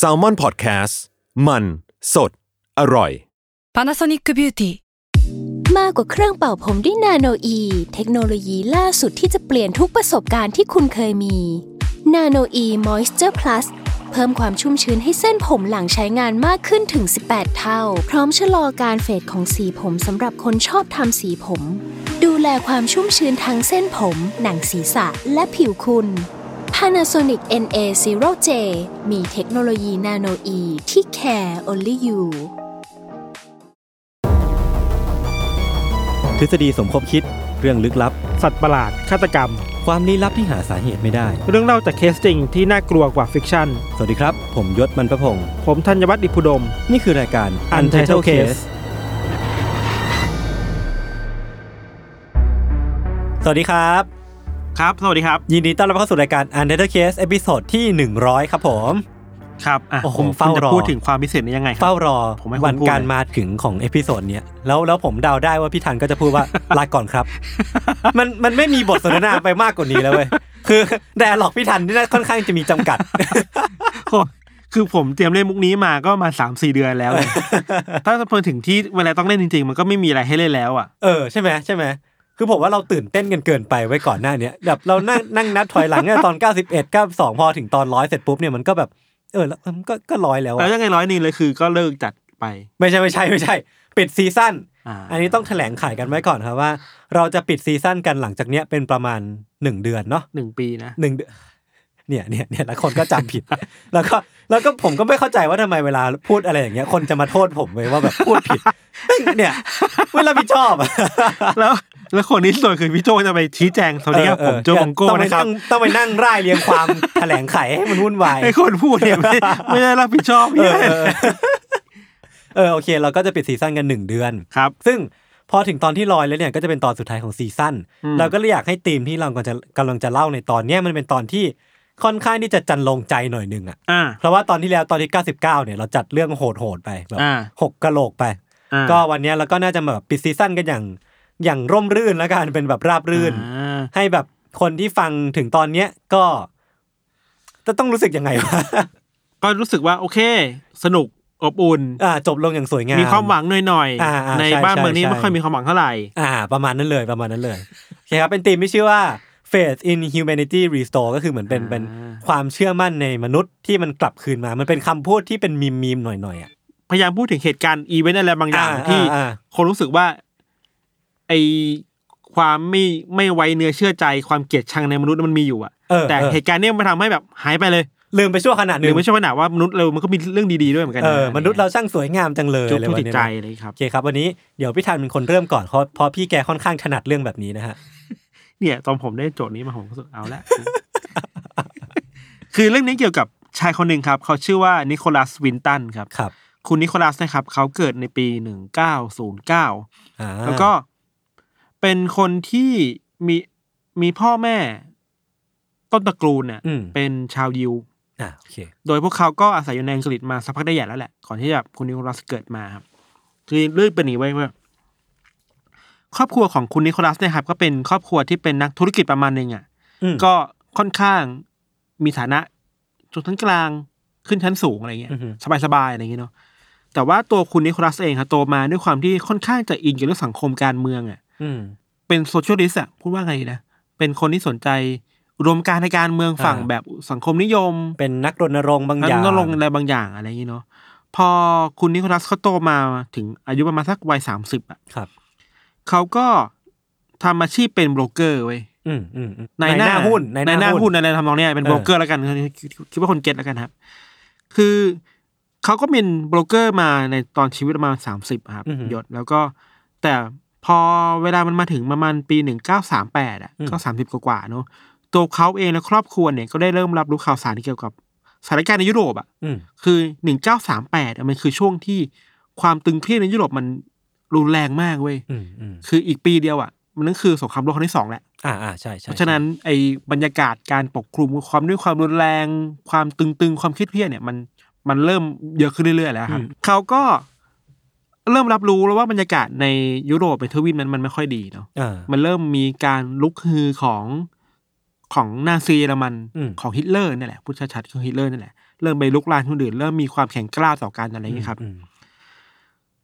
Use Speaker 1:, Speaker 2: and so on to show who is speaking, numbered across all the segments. Speaker 1: s a l ม o n PODCAST มันสดอร่อย
Speaker 2: Panasonic Beauty
Speaker 3: มากกว่าเครื่องเป่าผมด้วยนาโนอีเทคโนโลยีล่าสุดที่จะเปลี่ยนทุกประสบการณ์ที่คุณเคยมีนาโนอีมอยส์เจอร์พลัสเพิ่มความชุ่มชื้นให้เส้นผมหลังใช้งานมากขึ้นถึง 18 เท่า พร้อมชะลอการเฟดของสีผมสำหรับคนชอบทำสีผม ดูแลความชุ่มชื้นทั้งเส้นผม หนังศีรษะและผิวคุณ Panasonic NA0J มีเทคโนโลยีนาโนอีที่ care only you
Speaker 4: ทฤษฎีสมคบคิดเรื่องลึกลับ
Speaker 5: สัตว์ประหลาด ฆาตกรรม
Speaker 4: ความลี้ลับที่หาสาเหตุไม่ได้
Speaker 5: เรื่องเล่าจากเคสจริงที่น่ากลัวกว่าฟิกชั่น
Speaker 4: สวัสดีครับ ผมยศมันประพงศ์
Speaker 5: ผมธัญวัฒน์อิพุดม
Speaker 4: นี่คือรายการ
Speaker 5: Untitled Case
Speaker 4: สวัสดีครับ
Speaker 5: ครับ สวัสดีครับ
Speaker 4: ยินดีต้อนรับเข้าสู่รายการ Untitled Case ตอนที่ 100 ครับผม
Speaker 5: ครับอ่ะ
Speaker 4: โอ้โห
Speaker 5: ผม
Speaker 4: เฝ้ารอ
Speaker 5: คุณจะพูดถึงความพิเศษนี้ยังไงครั
Speaker 4: เฝ้ารอ
Speaker 5: ผมไม่ควร
Speaker 4: วัน
Speaker 5: พูด
Speaker 4: การมาถึงของเอพิโซดเนี้ยแล้วแล้วผมเดาได้ว่าพี่ทันก็จะพูดว่า ลาก่อนครับ มันมันไม่มีบทสนทนาไปมากกว่านี้แล้วเว้ยคือแต่หลอกพี่ทันนี่น่าค่อนข้างจะมีจำกัด
Speaker 5: โอ้คือผมเตรียมเล่นมุกนี้มาก็มาสามสี่เดือนแล้วเลย ถ้าพอถึงที่เวลาต้องเล่นจริง ๆ มันก็ไม่มีอะไรให้เล่นแล้วอ่ะ
Speaker 4: เออใช่ไหมใช่ไหมคือผมว่าเราตื่นเต้นกันเกินไปไว้ก่อนหน้าเนี้ยแบบเรานั่งนั่งนับถอยหลังเนี่ยต อน 91 92พอถึงตอนร้อยเสร็จปุ๊บเนี่ยมันก็แบบเออแล้วมันก็ก็ร้อยแล้วอะ
Speaker 5: แล้วยังไงร้อยหนึ่งเลยคือก็เลิกจัดไป
Speaker 4: ไม่ใช่ไม่ใช่ไม่ใช่ ปิดซีซั่น
Speaker 5: อ่า
Speaker 4: อันนี้ต้องแถลงขายกันไว้ก่อนครับว่า เราจะปิดซีซั่นกันหลังจากเนี้ยเป็นประมาณ 1 เดือนเนาะ
Speaker 5: หนึ่งปีนะ
Speaker 4: หนึ่งเดือนเนี่ยเนี่ยเนี่ยแล้วคนก็จำผิด แล้วก็แล้วก็ผมก็ไม่เข้าใจว่าทำไมเวลาพูดอะไรอย่างเงี้ยคนจะมาโทษผมเลยว่าแบบพูดผิด แม่งเนี่ยไม่รับผิดชอบอะ
Speaker 5: แล้วแล้วคนที่สวยคือพี่โจจะไปชี้แจงสวัสดีครับ
Speaker 4: เอ
Speaker 5: ผ
Speaker 4: อ
Speaker 5: ม
Speaker 4: เออ
Speaker 5: โจมองโก้
Speaker 4: ต้องไป
Speaker 5: นะครับ
Speaker 4: งต้องไปนั่งร่ายเรียง ความ แถลงไขให้มันวุ่นวาย
Speaker 5: ไอ้คนพูดเนี่ย ไม่ไม่ได้รับผิดชอบ
Speaker 4: เอ
Speaker 5: เหี้ย
Speaker 4: อเออเออโอเค เราก็จะปิดซีซั่นกันหนึ่งเดือน
Speaker 5: ครับ
Speaker 4: ซึ่งพอถึงตอนที่ลอยแล้วเนี่ยก็จะเป็นตอนสุดท้ายของซีซั่น
Speaker 5: อืม
Speaker 4: เราก็เลยอยากให้ธีมที่เรากำลังจะกำลังจะเล่าในตอนเนี้ยมันเป็นตอนที่ค่อนข้างที่จะจันลงใจหน่อยหนึ่งอ่ะ
Speaker 5: อ่า
Speaker 4: เพราะว่าตอนที่แล้วตอนที่ 99เนี่ยเราจัดเรื่องโหดๆไปแบบ
Speaker 5: อ่า
Speaker 4: หกกะโหลกไป
Speaker 5: อ่า
Speaker 4: ก็วันเนี้ยเราก็น่าจะแบบปิดซีซั่นกันอย่างอย่างร่มรื่นแล้วกันเป็นแบบราบรื่น
Speaker 5: อ่า
Speaker 4: ให้แบบคนที่ฟังถึงตอนเนี้ยก็จะต้องรู้สึกยังไงวะ
Speaker 5: ก็รู้สึกว่าโอเค สนุกอบอุ่น
Speaker 4: อ่าจบลงอย่างสวยงาม
Speaker 5: มีความหวังหน่อย
Speaker 4: อ่าอ่า
Speaker 5: ใน
Speaker 4: ใช่
Speaker 5: บ้าน
Speaker 4: ใช่
Speaker 5: เมืองนี้
Speaker 4: ใช่
Speaker 5: ไม่ค่อยมีความหวังเท่าไหร่
Speaker 4: อ่า ประมาณนั้นเลยประมาณนั้นเลยโอเคครับเป็นธีมที่ชื่อว่า faith in humanity restore ก็คือเหมือนเป็น
Speaker 5: อ่า
Speaker 4: เป็นความเชื่อมั่นในมนุษย์ที่มันกลับคืนมา มันเป็นคำพูดที่เป็นมีมมีมๆหน่อยหน่อยๆอ่ะ
Speaker 5: พยายามพูดถึงเหตุการณ์อีเวนต์อะไรบางอย่าง
Speaker 4: อ่า
Speaker 5: ที่
Speaker 4: อ่าอ่า
Speaker 5: คนรู้สึกว่าไอความไม่ไม่ไว้เนื้อเชื่อใจความเกลียดชังในมนุษย์มันมีอยู่อะ
Speaker 4: เออ
Speaker 5: แต่
Speaker 4: เออ
Speaker 5: เหตุการณ์เนี้ยมันทำให้แบบหายไปเลย
Speaker 4: ลืมไปชั่วขณะห
Speaker 5: หรื
Speaker 4: นึ่
Speaker 5: อง ไม่ใช่ว่าหนาว่ามนุษย์เรามันก็มีเรื่องดีๆด้วยเหมือนกันะ
Speaker 4: เออมนุษย์เราช่างสวยงามจังเลย
Speaker 5: จุก
Speaker 4: อะไร
Speaker 5: ผู้
Speaker 4: วะ
Speaker 5: ติด
Speaker 4: เนี่ย
Speaker 5: ใจเลยครับ
Speaker 4: โอเคครับวันนี้เดี๋ยวพี่ธันเป็นคนเริ่มก่อนเพราะเพราะพี่แกค่อนข้างถนัดเรื่องแบบนี้นะฮะ
Speaker 5: เนี่ย ตอนผมได้โจทย์นี้มาผมก็รู้สึกเอาละ คือเรื่องนี้เกี่ยวกับชายคนหนึ่งครับ เขาชื่อว่านิโคลัสวินตันครับ
Speaker 4: ครับ
Speaker 5: คุณนิโคลัสนะครับ เขาเกิดในปีหนึ่งเก้าศูนย์เก้า
Speaker 4: อ่า
Speaker 5: แล้วก็เป็นคนที่มีมีพ่อแม่ต้นตระกูลเนี่ย
Speaker 4: อืม
Speaker 5: เป็นชาวยิว
Speaker 4: อ่าโอเค
Speaker 5: โดยพวกเขาก็อาศัยอยู่ในอังกฤษมาสักพักได้ใหญ่แล้วแหละ ก่อนที่จะคุณนิโคลัสเกิดมาครับ คือเรื่องเป็นอย่างนี้ไว้ว่า ครอบครัวของคุณนิโคลัสเนี่ยครับ ก็เป็นครอบครัวที่เป็นนักธุรกิจประมาณหนึ่งอ่ะ
Speaker 4: อืม
Speaker 5: ก็ค่อนข้างมีฐานะจุดชั้นกลางขึ้นชั้นสูงอะไรเงี้ย
Speaker 4: อือฮึ
Speaker 5: สบายๆอะไรเงี้ยเนาะแต่ว่าตัวคุณนิโคลัสเองครับโตมาด้วยความที่ค่อนข้างจะอินกับเรื่องสังคมการเมืองอ่ะ
Speaker 4: อืม
Speaker 5: เป็นโซเชียลิสต์อะพูดว่าไงนะ เป็นคนที่สนใจอุดมการณ์ในการเมืองฝั่ง
Speaker 4: อ่า
Speaker 5: แบบสังคมนิยม
Speaker 4: เป็นนักรณรงค์บางอย่าง
Speaker 5: นลงค์อะไรบางอย่างอะไรอย่างนี้เนาะพอคุณนิโคลัสเขาโตมาถึงอายุประมาณสักวัยสามสิบอะ
Speaker 4: ครับ
Speaker 5: เขาก็ทำอาชีพเป็นโบรกเกอร์เว้ย
Speaker 4: อืมอืมอืม
Speaker 5: าย
Speaker 4: หน้าหุ้น
Speaker 5: ในายหน้าหุ้นอะไรทำนองเนี้ยเป็น
Speaker 4: เออ
Speaker 5: โบรกเกอร์แล้วกันคิดคิดว่าคนเก็ตแล้วกันครับ คือเขาก็เป็นโบรกเกอร์มาในตอนชีวิตประมาณสามสิบครับ
Speaker 4: อือหือย
Speaker 5: ศแล้วก็แต่พอเวลามันมาถึงประมาณปีหนึ่งเก้าสามแปดอ่ะ
Speaker 4: อืม
Speaker 5: ก็สามสิบกว่าๆเนาะตัวเขาเองและครอบครัวเนี่ยก็ได้เริ่มรับรู้ข่าวสารเกี่ยวกับสถานการณ์ในยุโรปอ่ะ
Speaker 4: อืม
Speaker 5: คือหนึ่งเก้าสามแปดมันคือช่วงที่ความตึงเครียดในยุโรปมันรุนแรงมากเว้ย
Speaker 4: อืมอืม
Speaker 5: คืออีกปีเดียวอ่ะ มันนั่นคือสงครามโลกครั้งที่สองแหละ
Speaker 4: อ่าอ่าใช่ใช่
Speaker 5: เพราะฉะนั้นไอ้บรรยากาศการปกคลุมความด้วยความรุนแรง ความตึงๆ ความเครียดเพียดเนี่ยมันมันเริ่มเยอะขึ้นเรื่อยๆแล้วครับเขาก็เริ่มรับรู้แล้วว่าบรรยากาศในยุโรปในทวีปนั้นมันไม่ค่อยดีเนาะ
Speaker 4: อ่า
Speaker 5: มันเริ่มมีการลุกฮือของ ของนาซีเยอรมัน
Speaker 4: อืม
Speaker 5: ของฮิตเลอร์นี่แหละพูดชัดๆคือฮิตเลอร์นี่แหละเริ่มไปลุกลานคนอื่นเริ่มมีความแข็งกล้าวต่อกันอะไรอย่างนี้ยครับ
Speaker 4: อืม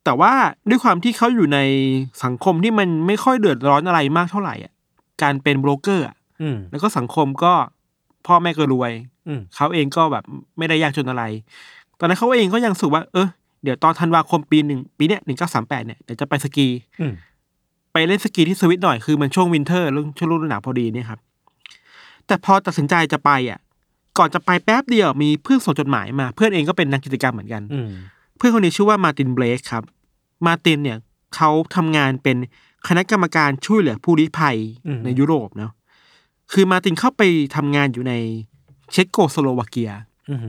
Speaker 5: แต่ว่าด้วยความที่เขาอยู่ในสังคมที่มันไม่ค่อยเดือดร้อนอะไรมากเท่าไหร่อ่ะการเป็นโบรกเกอร์อะ
Speaker 4: อืม
Speaker 5: แล้วก็สังคมก็พ่อแม่ก็รวย
Speaker 4: อืม
Speaker 5: เขาเองก็แบบไม่ได้ยากจนอะไร ตอนนั้นเขาเองก็ยังรู้สูว่า เออเดี๋ยวตอนธันวาคมปีหนึ่งปีเนี้ยหนึ่งเก้าสามแปดเนี่ยเดี๋ยวจะไปสกี
Speaker 4: อืม
Speaker 5: ไปเล่นสกีที่สวิตหน่อยคือมันช่วงวินเทอร์เรื่องช่วงฤดูหนาวพอดีเนี่ยครับ แต่พอตัดสินใจจะไปอ่ะ ก่อนจะไปแป๊บเดียวมีเพื่อนส่งจดหมายมา เพื่อนเองก็เป็นนักกิจกรรมเหมือนกัน
Speaker 4: อืม
Speaker 5: เพื่อนคนนี้ชื่อว่ามาร์ตินเบลกครับ มาร์ตินเนี่ยเขาทำงานเป็นคณะกรรมการช่วยเหลือผู้ลี้ภัยในยุโรปเนาะคือมาร์ตินเข้าไปทำงานอยู่ในเช็กโกสโลวาเกีย
Speaker 4: อืม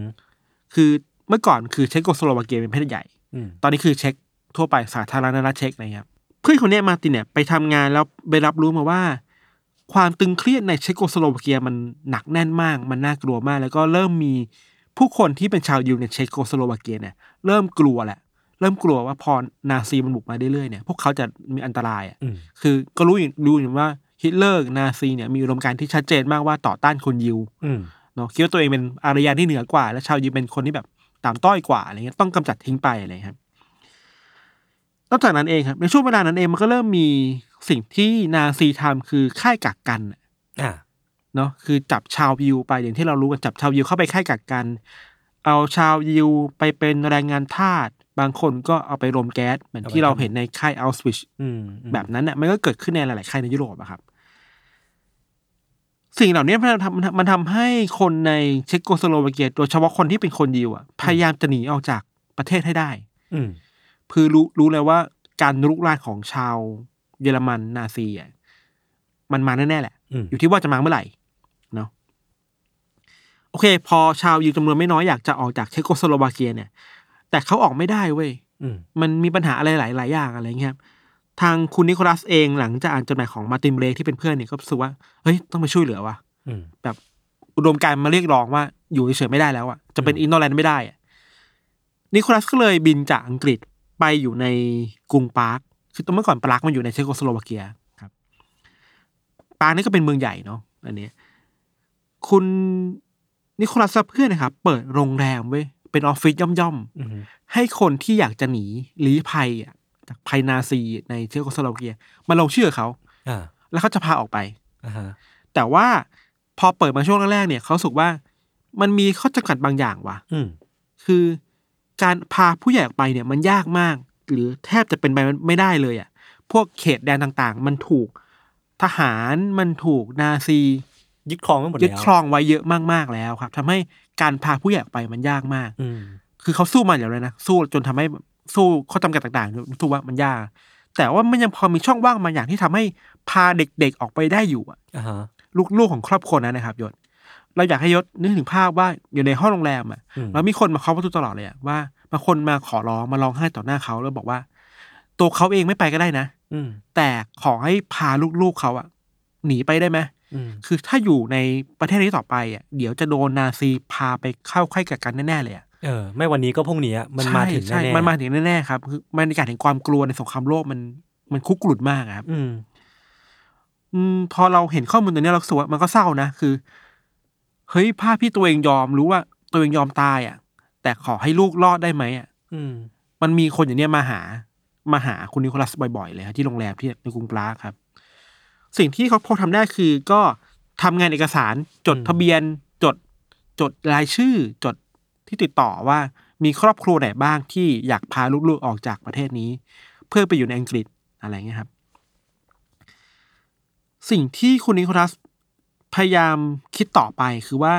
Speaker 5: คือเมื่อก่อนคือเช็กโกสโลวาเกียเป็นประเทศใหญ่
Speaker 4: อืม
Speaker 5: ตอนนี้คือเช็กทั่วไปสาธารณรัฐเช็กนะครับ เพื่อนคนเนี้ยมาร์ตินเนี่ยไปทำงานแล้วไปรับรู้มาว่า ความตึงเครียดในเช็กโกสโลวาเกียมันหนักแน่นมาก มันน่ากลัวมาก แล้วก็เริ่มมีผู้คนที่เป็นชาวยิวในเช็กโกสโลวาเกียเนี่ยเริ่มกลัวแหละ เริ่มกลัวว่าพอนาซีมันบุกมาเรื่อยๆเนี่ยพวกเขาจะมีอันตรายอะ
Speaker 4: อืม
Speaker 5: คือก็รู้อยู่รู้อยู่ว่าฮิตเลอร์นาซีเนี่ยมีอุดมการณ์ที่ชัดเจนมากว่าต่อต้านคนยิว
Speaker 4: อืม
Speaker 5: เนาะคิดว่าตัวเองเป็นอารยานที่เหนือกว่า และชาวยิวเป็นคนที่แบบต่ำต้อยกว่าอะไรเงี้ยต้องกำจัดทิ้งไปอะไรครับนอกจากนั้นเองครับในช่วงเวลานั้นเองมันก็เริ่มมีสิ่งที่นาซีทำคือค่ายกักกันน่ะ
Speaker 4: อ่า
Speaker 5: เนาะคือจับชาวยิวไปอย่างที่เรารู้กันจับชาวยิวเข้าไปค่ายกักกัน เอาชาวยิวไปเป็นแรงงานทาสบางคนก็เอาไปรมแก๊สเหมือนที่เราเห็นในค่ายอัลสวิช
Speaker 4: อืมอืม
Speaker 5: แบบนั้นน่ะมันก็เกิดขึ้นในหลาย ๆ ค่ายในยุโรปอะครับ สิ่งเหล่านี้มันทำมันทำมันทำให้คนในเช็กโกสโลวาเกียโดยเฉพาะคนที่เป็นคนยิวอะพยายามจะหนีออกจากประเทศให้ได้
Speaker 4: อืม
Speaker 5: คือรู้รู้เลยว่าการลุกลานของชาวเยอรมันนาซีอะมันมาแน่ ๆ แหละ
Speaker 4: อืม
Speaker 5: อยู่ที่ว่าจะมาเมื่อไหร่เนาะโอเค พอชาวยิวจำนวนไม่น้อยอยากจะออกจากเช็กโกสโลวาเกียเนี่ย แต่เขาออกไม่ได้เว้ย
Speaker 4: อืม
Speaker 5: มันมีปัญหาอะไรหลาย ๆ อย่างอะไรเงี้ยครับทางคุณนิโคลัสเองหลังจากอ่านจดหมายของมาร์ตินเบรกที่เป็นเพื่อนเนี่ยก็รู้สึกว่า เฮ้ย ต้องมาช่วยเหลือว่ะ
Speaker 4: อืม
Speaker 5: แบบอุดมการณ์มาเรียกร้องว่าอยู่เฉยๆไม่ได้แล้วอ่ะ จะเป็นอินโนแลนด์ไม่ได้อะนิโคลัสก็เลยบินจากอังกฤษไปอยู่ในกรุงปาร์ค คือตอนเมื่อก่อนปาร์คมันอยู่ในเชโกสโลวาเกียครับ ปาร์คนี่ก็เป็นเมืองใหญ่เนาะอันเนี้ยคุณนิโคลัสและเพื่อนนะครับ เปิดโรงแรมเว้ยเป็นออฟฟิศย่อมๆ
Speaker 4: อืม
Speaker 5: ให้คนที่อยากจะหนีลี้ภัยอะจากภัยนาซีในเชโกสโลวาเกียมาลงชื่อเขา
Speaker 4: อ่า
Speaker 5: แล้วเขาจะพาออกไป
Speaker 4: อ่าฮะ
Speaker 5: แต่ว่าพอเปิดมาช่วงแรกๆเนี่ยเขารู้สุกว่ามันมีข้อจำกัดบางอย่างว่ะ
Speaker 4: อืม
Speaker 5: คือการพาผู้ใหญ่ออกไปเนี่ยมันยากมาก หรือแทบจะเป็นไปไม่ได้เลยอ่ะพวกเขตแดนต่างๆ มันถูกทหารมันถูกนาซี
Speaker 4: ยึดครองไว้หมดแล้ว
Speaker 5: ยึดครองไว้เยอะมากๆแล้วครับทำให้การพาผู้ใหญ่ออกไปมันยากมาก
Speaker 4: อืม
Speaker 5: คือเขาสู้มาอยู่แล้วนะสู้จนทำให้สู้ข้อจำกัดต่างๆรู้สึกว่ามันยาก แต่ว่ามันยังพอมีช่องว่างบางอย่างที่ทำให้พาเด็กๆออกไปได้อยู่อะ
Speaker 4: อ่าฮะ
Speaker 5: ลูกๆของครอบครัวนั้นนะครับยศเราอยากให้ยศนึกถึงภาพว่าอยู่ในห้องโรงแรมอะ
Speaker 4: อืม
Speaker 5: แล้วมีคนมาเคาะประตูตลอดเลยอะว่าบางคนมาขอร้องมาร้องไห้ต่อหน้าเขาแล้วบอกว่า ตัวเขาเองไม่ไปก็ได้นะ
Speaker 4: อืม
Speaker 5: แต่ขอให้พาลูกๆเขาอะหนีไปได้ไหม
Speaker 4: อืม
Speaker 5: คือถ้าอยู่ในประเทศนี้ต่อไปอะเดี๋ยวจะโดนนาซีพาไปเข้าค่ายกักกันแน่ๆเลยอะ
Speaker 4: เออ ไม่วันนี้ก็พรุ่งนี้อะมันมาถึง
Speaker 5: ใช่
Speaker 4: แน่
Speaker 5: ใช่
Speaker 4: ๆ
Speaker 5: มันมาถึงแน่ๆครับ คือบรรยากาศแห่งความกลัวในสงครามโลกมันมันคุกกรุ่นมากอะครับ
Speaker 4: อืม
Speaker 5: อืมพอเราเห็นข้อมูลตัวเนี้ยเรารู้สกวามันก็เศร้านะ คือ เฮ้ยภาพที่ตัวเองยอมรู้ว่าตัวเองยอมตายอ่ะ แต่ขอให้ลูกรอดได้ไหมอ่ะ
Speaker 4: อืม
Speaker 5: มันมีคนอย่างเนี้ยมาหา มาหาคุณนิโคลัสบ่อยๆเลยครับที่โรงแรมที่ในกรุงปรากครับ สิ่งที่เขาพอทำได้คือก็ทำงานเอกสารจดทะเบียน จดจดรายชื่อ จดที่ติดต่อว่ามีครอบครัวไหนบ้างที่อยากพาลูกๆออกจากประเทศนี้ เพื่อไปอยู่ในอังกฤษอะไรเงี้ยครับ สิ่งที่คุณนิโคลัสพยายามคิดต่อไปคือว่า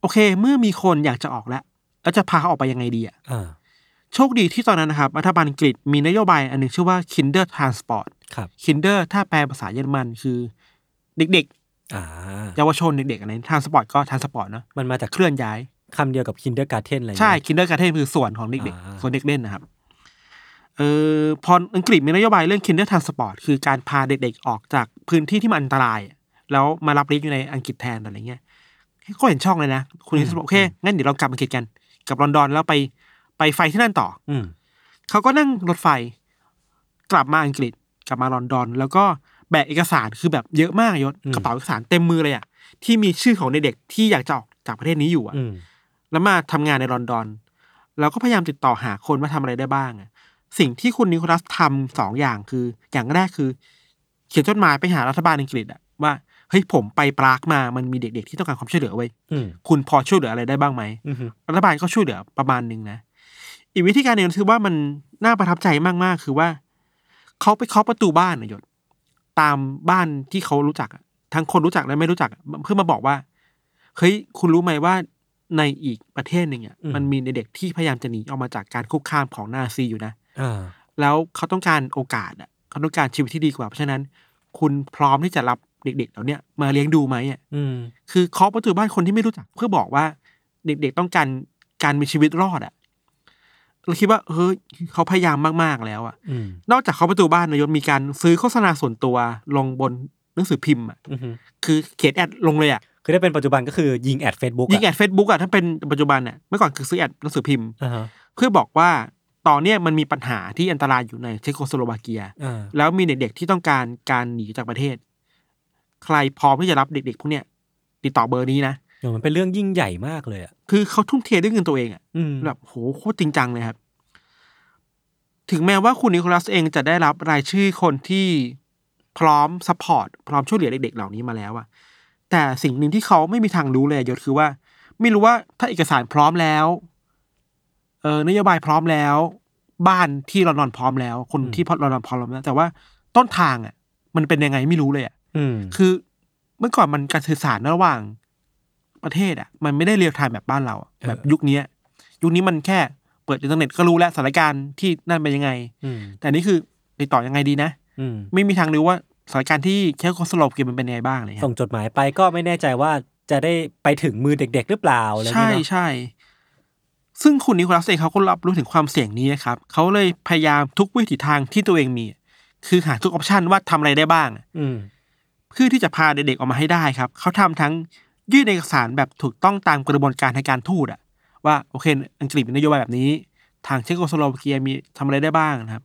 Speaker 5: โอเค เมื่อมีคนอยากจะออกแล้วแล้วจะพาเขาออกไปยังไงดีอะ
Speaker 4: อ่า
Speaker 5: โชคดีที่ตอนนั้นนะครับ รัฐบาลอังกฤษมีนโยบายอันหนึงชื่อว่า Kinder Transport
Speaker 4: ครับ
Speaker 5: Kinder ถ้าแปลภาษาเยอรมันคือ เด็ก
Speaker 4: อ่า
Speaker 5: ๆ เยาวชนเด็กๆอะไร Transport ก็ Transport เนอะ
Speaker 4: มันมาจาก
Speaker 5: เคลื่อนย้าย
Speaker 4: คำเดียวกับ kindergarten อะไรอย่าง
Speaker 5: ใช่
Speaker 4: เงี้ย
Speaker 5: Kinder Garden คือส่วนของเด็ก
Speaker 4: อ่า
Speaker 5: ๆ ส่วนเด็กเล่นนะครับ เออพออังกฤษมีนโยบายเรื่อง Kinder Transport คือการพาเด็กๆ ออกจากพื้นที่ที่มันอันตราย แล้วมารับเลี้ยงอยู่ในอังกฤษแทนอะไรเงี้ยก็เห็นช่องเลยนะ คุณนิสบอกโอเค งั้นเดี๋ยวเรากลับอังกฤษกัน กลับลอนดอนแล้วไปไปไฟที่นั่นต่อ
Speaker 4: อืม
Speaker 5: เขาก็นั่งรถไฟ กลับมาอังกฤษกลับมาลอนดอน แล้วก็ แบกเอกสารคือแบบเยอะมากยศ
Speaker 4: อืม
Speaker 5: กระเป๋าเอกสารเต็มมือเลยอ่ะที่มีชื่อของเด็กๆที่อยากจะออกจากประเทศนี้อยู่อ่ะ
Speaker 4: อืม
Speaker 5: แล้วมาทำงานในลอนดอน เราก็พยายามติดต่อหาคนว่าทำอะไรได้บ้างอะสิ่งที่คุณนิโคลัสทำสองอย่างคือ อย่างแรกคือ เขียนจดหมายไปหารัฐบาลอังกฤษอะว่าเฮ้ยผมไปปรากมามันมีเด็กๆที่ต้องการความช่วยเหลือไว้ย
Speaker 4: อืม
Speaker 5: คุณพอช่วยเหลืออะไรได้บ้างไหม
Speaker 4: อืม
Speaker 5: รัฐบาลก็ช่วยเหลือประมาณหนึ่งนะ อีกวิธีการหนึ่งคือว่ามันน่าประทับใจมากๆ คือว่า เขาไปเคาะประตูบ้านนะหยศตามบ้านที่เขารู้จักอะทั้งคนรู้จักและไม่รู้จักอะเพื่อมาบอกว่าเฮ้ยคุณรู้ไหมว่าในอีกประเทศหนึ่งอ่ะมันมีเด็กๆที่พยายามจะหนีออกมาจากการคุกคามของนาซีอยู่นะ
Speaker 4: อ่า
Speaker 5: แล้วเขาต้องการโอกาสอ่ะเขาต้องการชีวิตที่ดีกว่าเพราะฉะนั้น คุณพร้อมที่จะรับเด็ก ๆ เหล่าเนี้ยมาเลี้ยงดูไหมอ่ะ
Speaker 4: อืม
Speaker 5: คือเคาะประตูบ้านคนที่ไม่รู้จักเพื่อบอกว่า เด็กๆต้องการการมีชีวิตรอดอะเราคิดว่าเฮ้ยเขาพยายามมากๆแล้วอะ
Speaker 4: อืม
Speaker 5: นอกจากเคาะประตูบ้านนายศมีการซื้อโฆษณาส่วนตัวลงบนหนังสือพิมพ์อะ
Speaker 4: อืม
Speaker 5: คือเขียนแอดลงเลยอะ
Speaker 4: คือถ้าเป็นปัจจุบันก็คือยิงแอดเฟซบุ๊ก
Speaker 5: ยิงแอดเฟซบุ๊กอะถ้าเป็นปัจจุบันอะเมื่อก่อนคือซื้อแอดหนังสือพิมพ์
Speaker 4: อ่าฮะ
Speaker 5: เพื่อบอกว่าตอนเนี้ยมันมีปัญหาที่อันตรายอยู่ในเชโกสโลวาเกีย
Speaker 4: อ่า
Speaker 5: แล้วมีเด็กๆที่ต้องการการหนีจากประเทศ ใครพร้อมที่จะรับเด็กๆพวกเนี้ยติดต่อเบอร์นี้นะ
Speaker 4: เดี๋ยวมันเป็นเรื่องยิ่งใหญ่มากเลยอ่ะ
Speaker 5: คือเขาทุ่มเทด้วยเงินตัวเองอะ
Speaker 4: อืม
Speaker 5: แบบโหโคตรจริงจังเลยครับ ถึงแม้ว่าคุณนิโคลัสเองจะได้รับรายชื่อคนที่พร้อมซัพพอร์ตพร้อมช่วยเหลือเด็กๆ เหล่านี้มาแล้วอะแต่สิ่งหนึ่งที่เขาไม่มีทางรู้เลยอะยศคือว่า ไม่รู้ว่าถ้าเอกสารพร้อมแล้ว เออนโยบายพร้อมแล้ว บ้านที่ลอนดอนพร้อมแล้ว คนที่พอลอนดอนพร้อมแล้ว แต่ว่าต้นทางอะมันเป็นยังไงไม่รู้เลยอะ
Speaker 4: อืม
Speaker 5: คือเมื่อก่อนมันการสื่อสารระหว่างประเทศอ่ะ มันไม่ได้เรียลไทม์แบบบ้านเราอะแบบยุคเนี้ยยุคนี้มันแค่เปิดอินเทอร์เน็ตก็รู้แล้วสถานการณ์ที่นั่นเป็นยังไง
Speaker 4: อืม
Speaker 5: แต่นี่คือติดต่อยังไงดีนะ
Speaker 4: อืม
Speaker 5: ไม่มีทางรู้ว่าสถานการณ์ที่แค่คนสลบกินมันเป็นยังไงบ้างเลยครับ
Speaker 4: ส่งจดหมายไปก็ไม่แน่ใจว่าจะได้ไปถึงมือเด็ก ๆ หรือเปล่าอะไรอย่าง
Speaker 5: ใช่
Speaker 4: เงี้ยเนอะ
Speaker 5: ใช่ ซึ่งคุณนิโคลัสเองเขาก็รับรู้ถึงความเสี่ยงนี้นะครับ เขาเลยพยายามทุกวิถีทางที่ตัวเองมี คือหาทุกออปชันว่าทำอะไรได้บ้าง
Speaker 4: อืม
Speaker 5: เพื่อที่จะพาเด็กๆออกมาให้ได้ครับ เขาทำทั้งยื่นเอกสารแบบถูกต้องตามกระบวนการทางการทูตอะว่าโอเค อังกฤษมีนโยบายแบบนี้ ทางเชโกสโลวาเกียมีทำอะไรได้บ้างนะครับ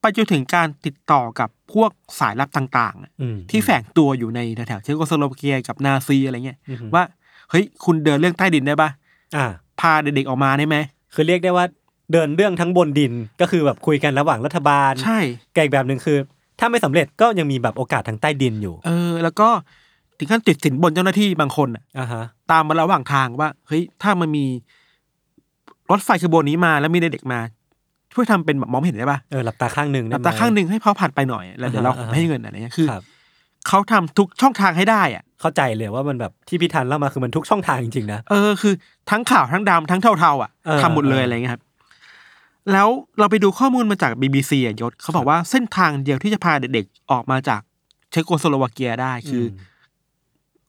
Speaker 5: ไปจนถึงการติดต่อกับพวกสายลับต่างๆอะ
Speaker 4: อืม
Speaker 5: ที่แฝงตัวอยู่ในแถวๆเชโกสโลวาเกียกับนาซีอะไรเงี้ย
Speaker 4: อือฮึ
Speaker 5: ว่าเฮ้ยคุณเดินเรื่องใต้ดินได้ปะ
Speaker 4: อ่า
Speaker 5: พาเด็กๆออกมาได้ไหม
Speaker 4: คือเรียกได้ว่าเดินเรื่องทั้งบนดินก็คือแบบคุยกันระหว่างรัฐบาล
Speaker 5: ใช่
Speaker 4: กับอีกแบบหนึ่งคือ ถ้าไม่สำเร็จก็ยังมีแบบโอกาสทางใต้ดินอยู่
Speaker 5: เออ แล้วก็ถึงขั้นติดสินบนเจ้าหน้าที่บางคนอะ
Speaker 4: อ่าฮะ
Speaker 5: ตามมาระหว่างทางว่าเฮ้ยถ้ามันมีรถไฟขบวนนี้มาแล้วมีเด็กๆมา ช่วยทำเป็นแบบมองไม่เห็นได้ปะ
Speaker 4: เออหลับตาข้างหนึ่ง
Speaker 5: ห
Speaker 4: ได้
Speaker 5: ลับ
Speaker 4: ไม
Speaker 5: ตาข้างหนึ่งให้เขาผ่านไปหน่อย แล้วเดี๋ยวเรา
Speaker 4: อ่าฮะ
Speaker 5: ให้เงินอะไรเงี้ยคือ
Speaker 4: ครับ
Speaker 5: เขาทำทุกช่องทางให้ได้อ่ะ
Speaker 4: เข้าใจเลยว่ามันแบบที่พี่ทันเล่ามาคือมันทุกช่องทางจริงๆนะ
Speaker 5: เออคือทั้งข่าวทั้งดำทั้งเทาๆอ่ะ
Speaker 4: เออ
Speaker 5: ทำหมดเลยอะไรเงี้ยครับแล้วเราไปดูข้อมูลมาจาก BBC อ่ะยศเขาบอกว่าเส้นทางเดียวที่จะพาเด็กๆออกมาจากเชโกสโลวาเกียได้คืออ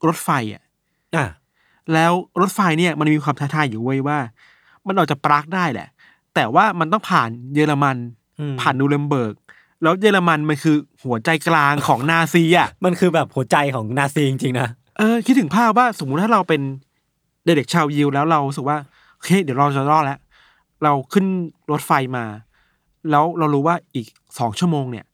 Speaker 5: รถไฟอ่ะ
Speaker 4: อ่ะ
Speaker 5: แล้วรถไฟเนี่ยมันมีความท้าทายอยู่เว้ยว่า มันออกจากปรากได้แหละ แต่ว่ามันต้องผ่านเยอรมัน
Speaker 4: อืม
Speaker 5: ผ่านนูเรมเบิร์ก แล้วเยอรมันมันคือหัวใจกลางของนาซีอ่ะ
Speaker 4: มันคือแบบหัวใจของนาซีจริงๆนะ
Speaker 5: เออคิดถึงภาพว่าสมมุติถ้าเราเป็นเด็กๆชาวยิวแล้วเรารู้สึกว่าโอเคเดี๋ยวเราจะรอดแล้ว เราขึ้นรถไฟมา แล้วเรารู้ว่าอีกสองชั่วโมงเนี่ย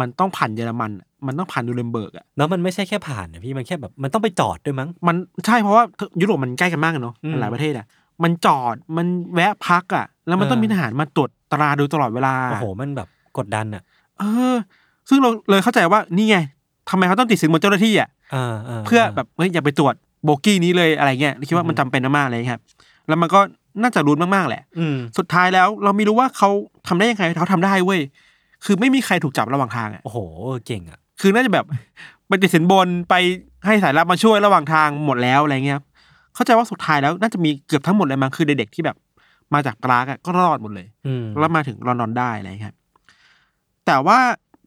Speaker 5: มันต้องผ่านเยอรมันอะมันต้องผ่านนูเรมเบิร์กอ่ะ
Speaker 4: แล้วมันไม่ใช่แค่ผ่านนะพี่มันแค่แบบมันต้องไปจอดด้วยมั้ง
Speaker 5: มันใช่เพราะว่ายุโรปมันใกล้กันมากอะเนาะ
Speaker 4: อืม
Speaker 5: หลายประเทศอ่ะ มันจอดมันแวะพักอ่ะ แล้วมันต้อง
Speaker 4: เออ
Speaker 5: มีทหารมาตรวจตราดูตลอดเวลา
Speaker 4: โอ้โหมันแบบกดดันอ่ะ
Speaker 5: เออ ซึ่งเราเลยเข้าใจว่านี่ไงทำไมเขาต้องติดสินบนเจ้าหน้าที่อ่ะ
Speaker 4: อ่าา
Speaker 5: เพื่อแบบเฮ้ยอย่าไปตรวจโบกี้นี้เลยอะไรเงี้ยคิดว่ามันจำเป็นมากๆเลยครับ แล้วมันก็น่าจะรุนมากๆแหละ
Speaker 4: อืม
Speaker 5: สุดท้ายแล้วเราไม่รู้ว่าเขาทำได้ยังไงเขาทำได้เว้ยคือไม่มีใครถูกจับระหว่างทางอ่ะ
Speaker 4: โอ้โหเก่งอ่ะ
Speaker 5: คือน่าจะแบบ ไปติดสินบนไปให้สายลับมาช่วยระหว่างทางหมดแล้วอะไรเงี้ยครับเข้าใจว่าสุดท้ายแล้วน่าจะมีเกือบทั้งหมดเลยมั้งคือเด็กๆที่แบบ มาจากปรากอะก็รอดหมดเลย
Speaker 4: อืม
Speaker 5: แล้วมาถึงลอนดอนได้อะไรอย่างเงี้ยครับ แต่ว่า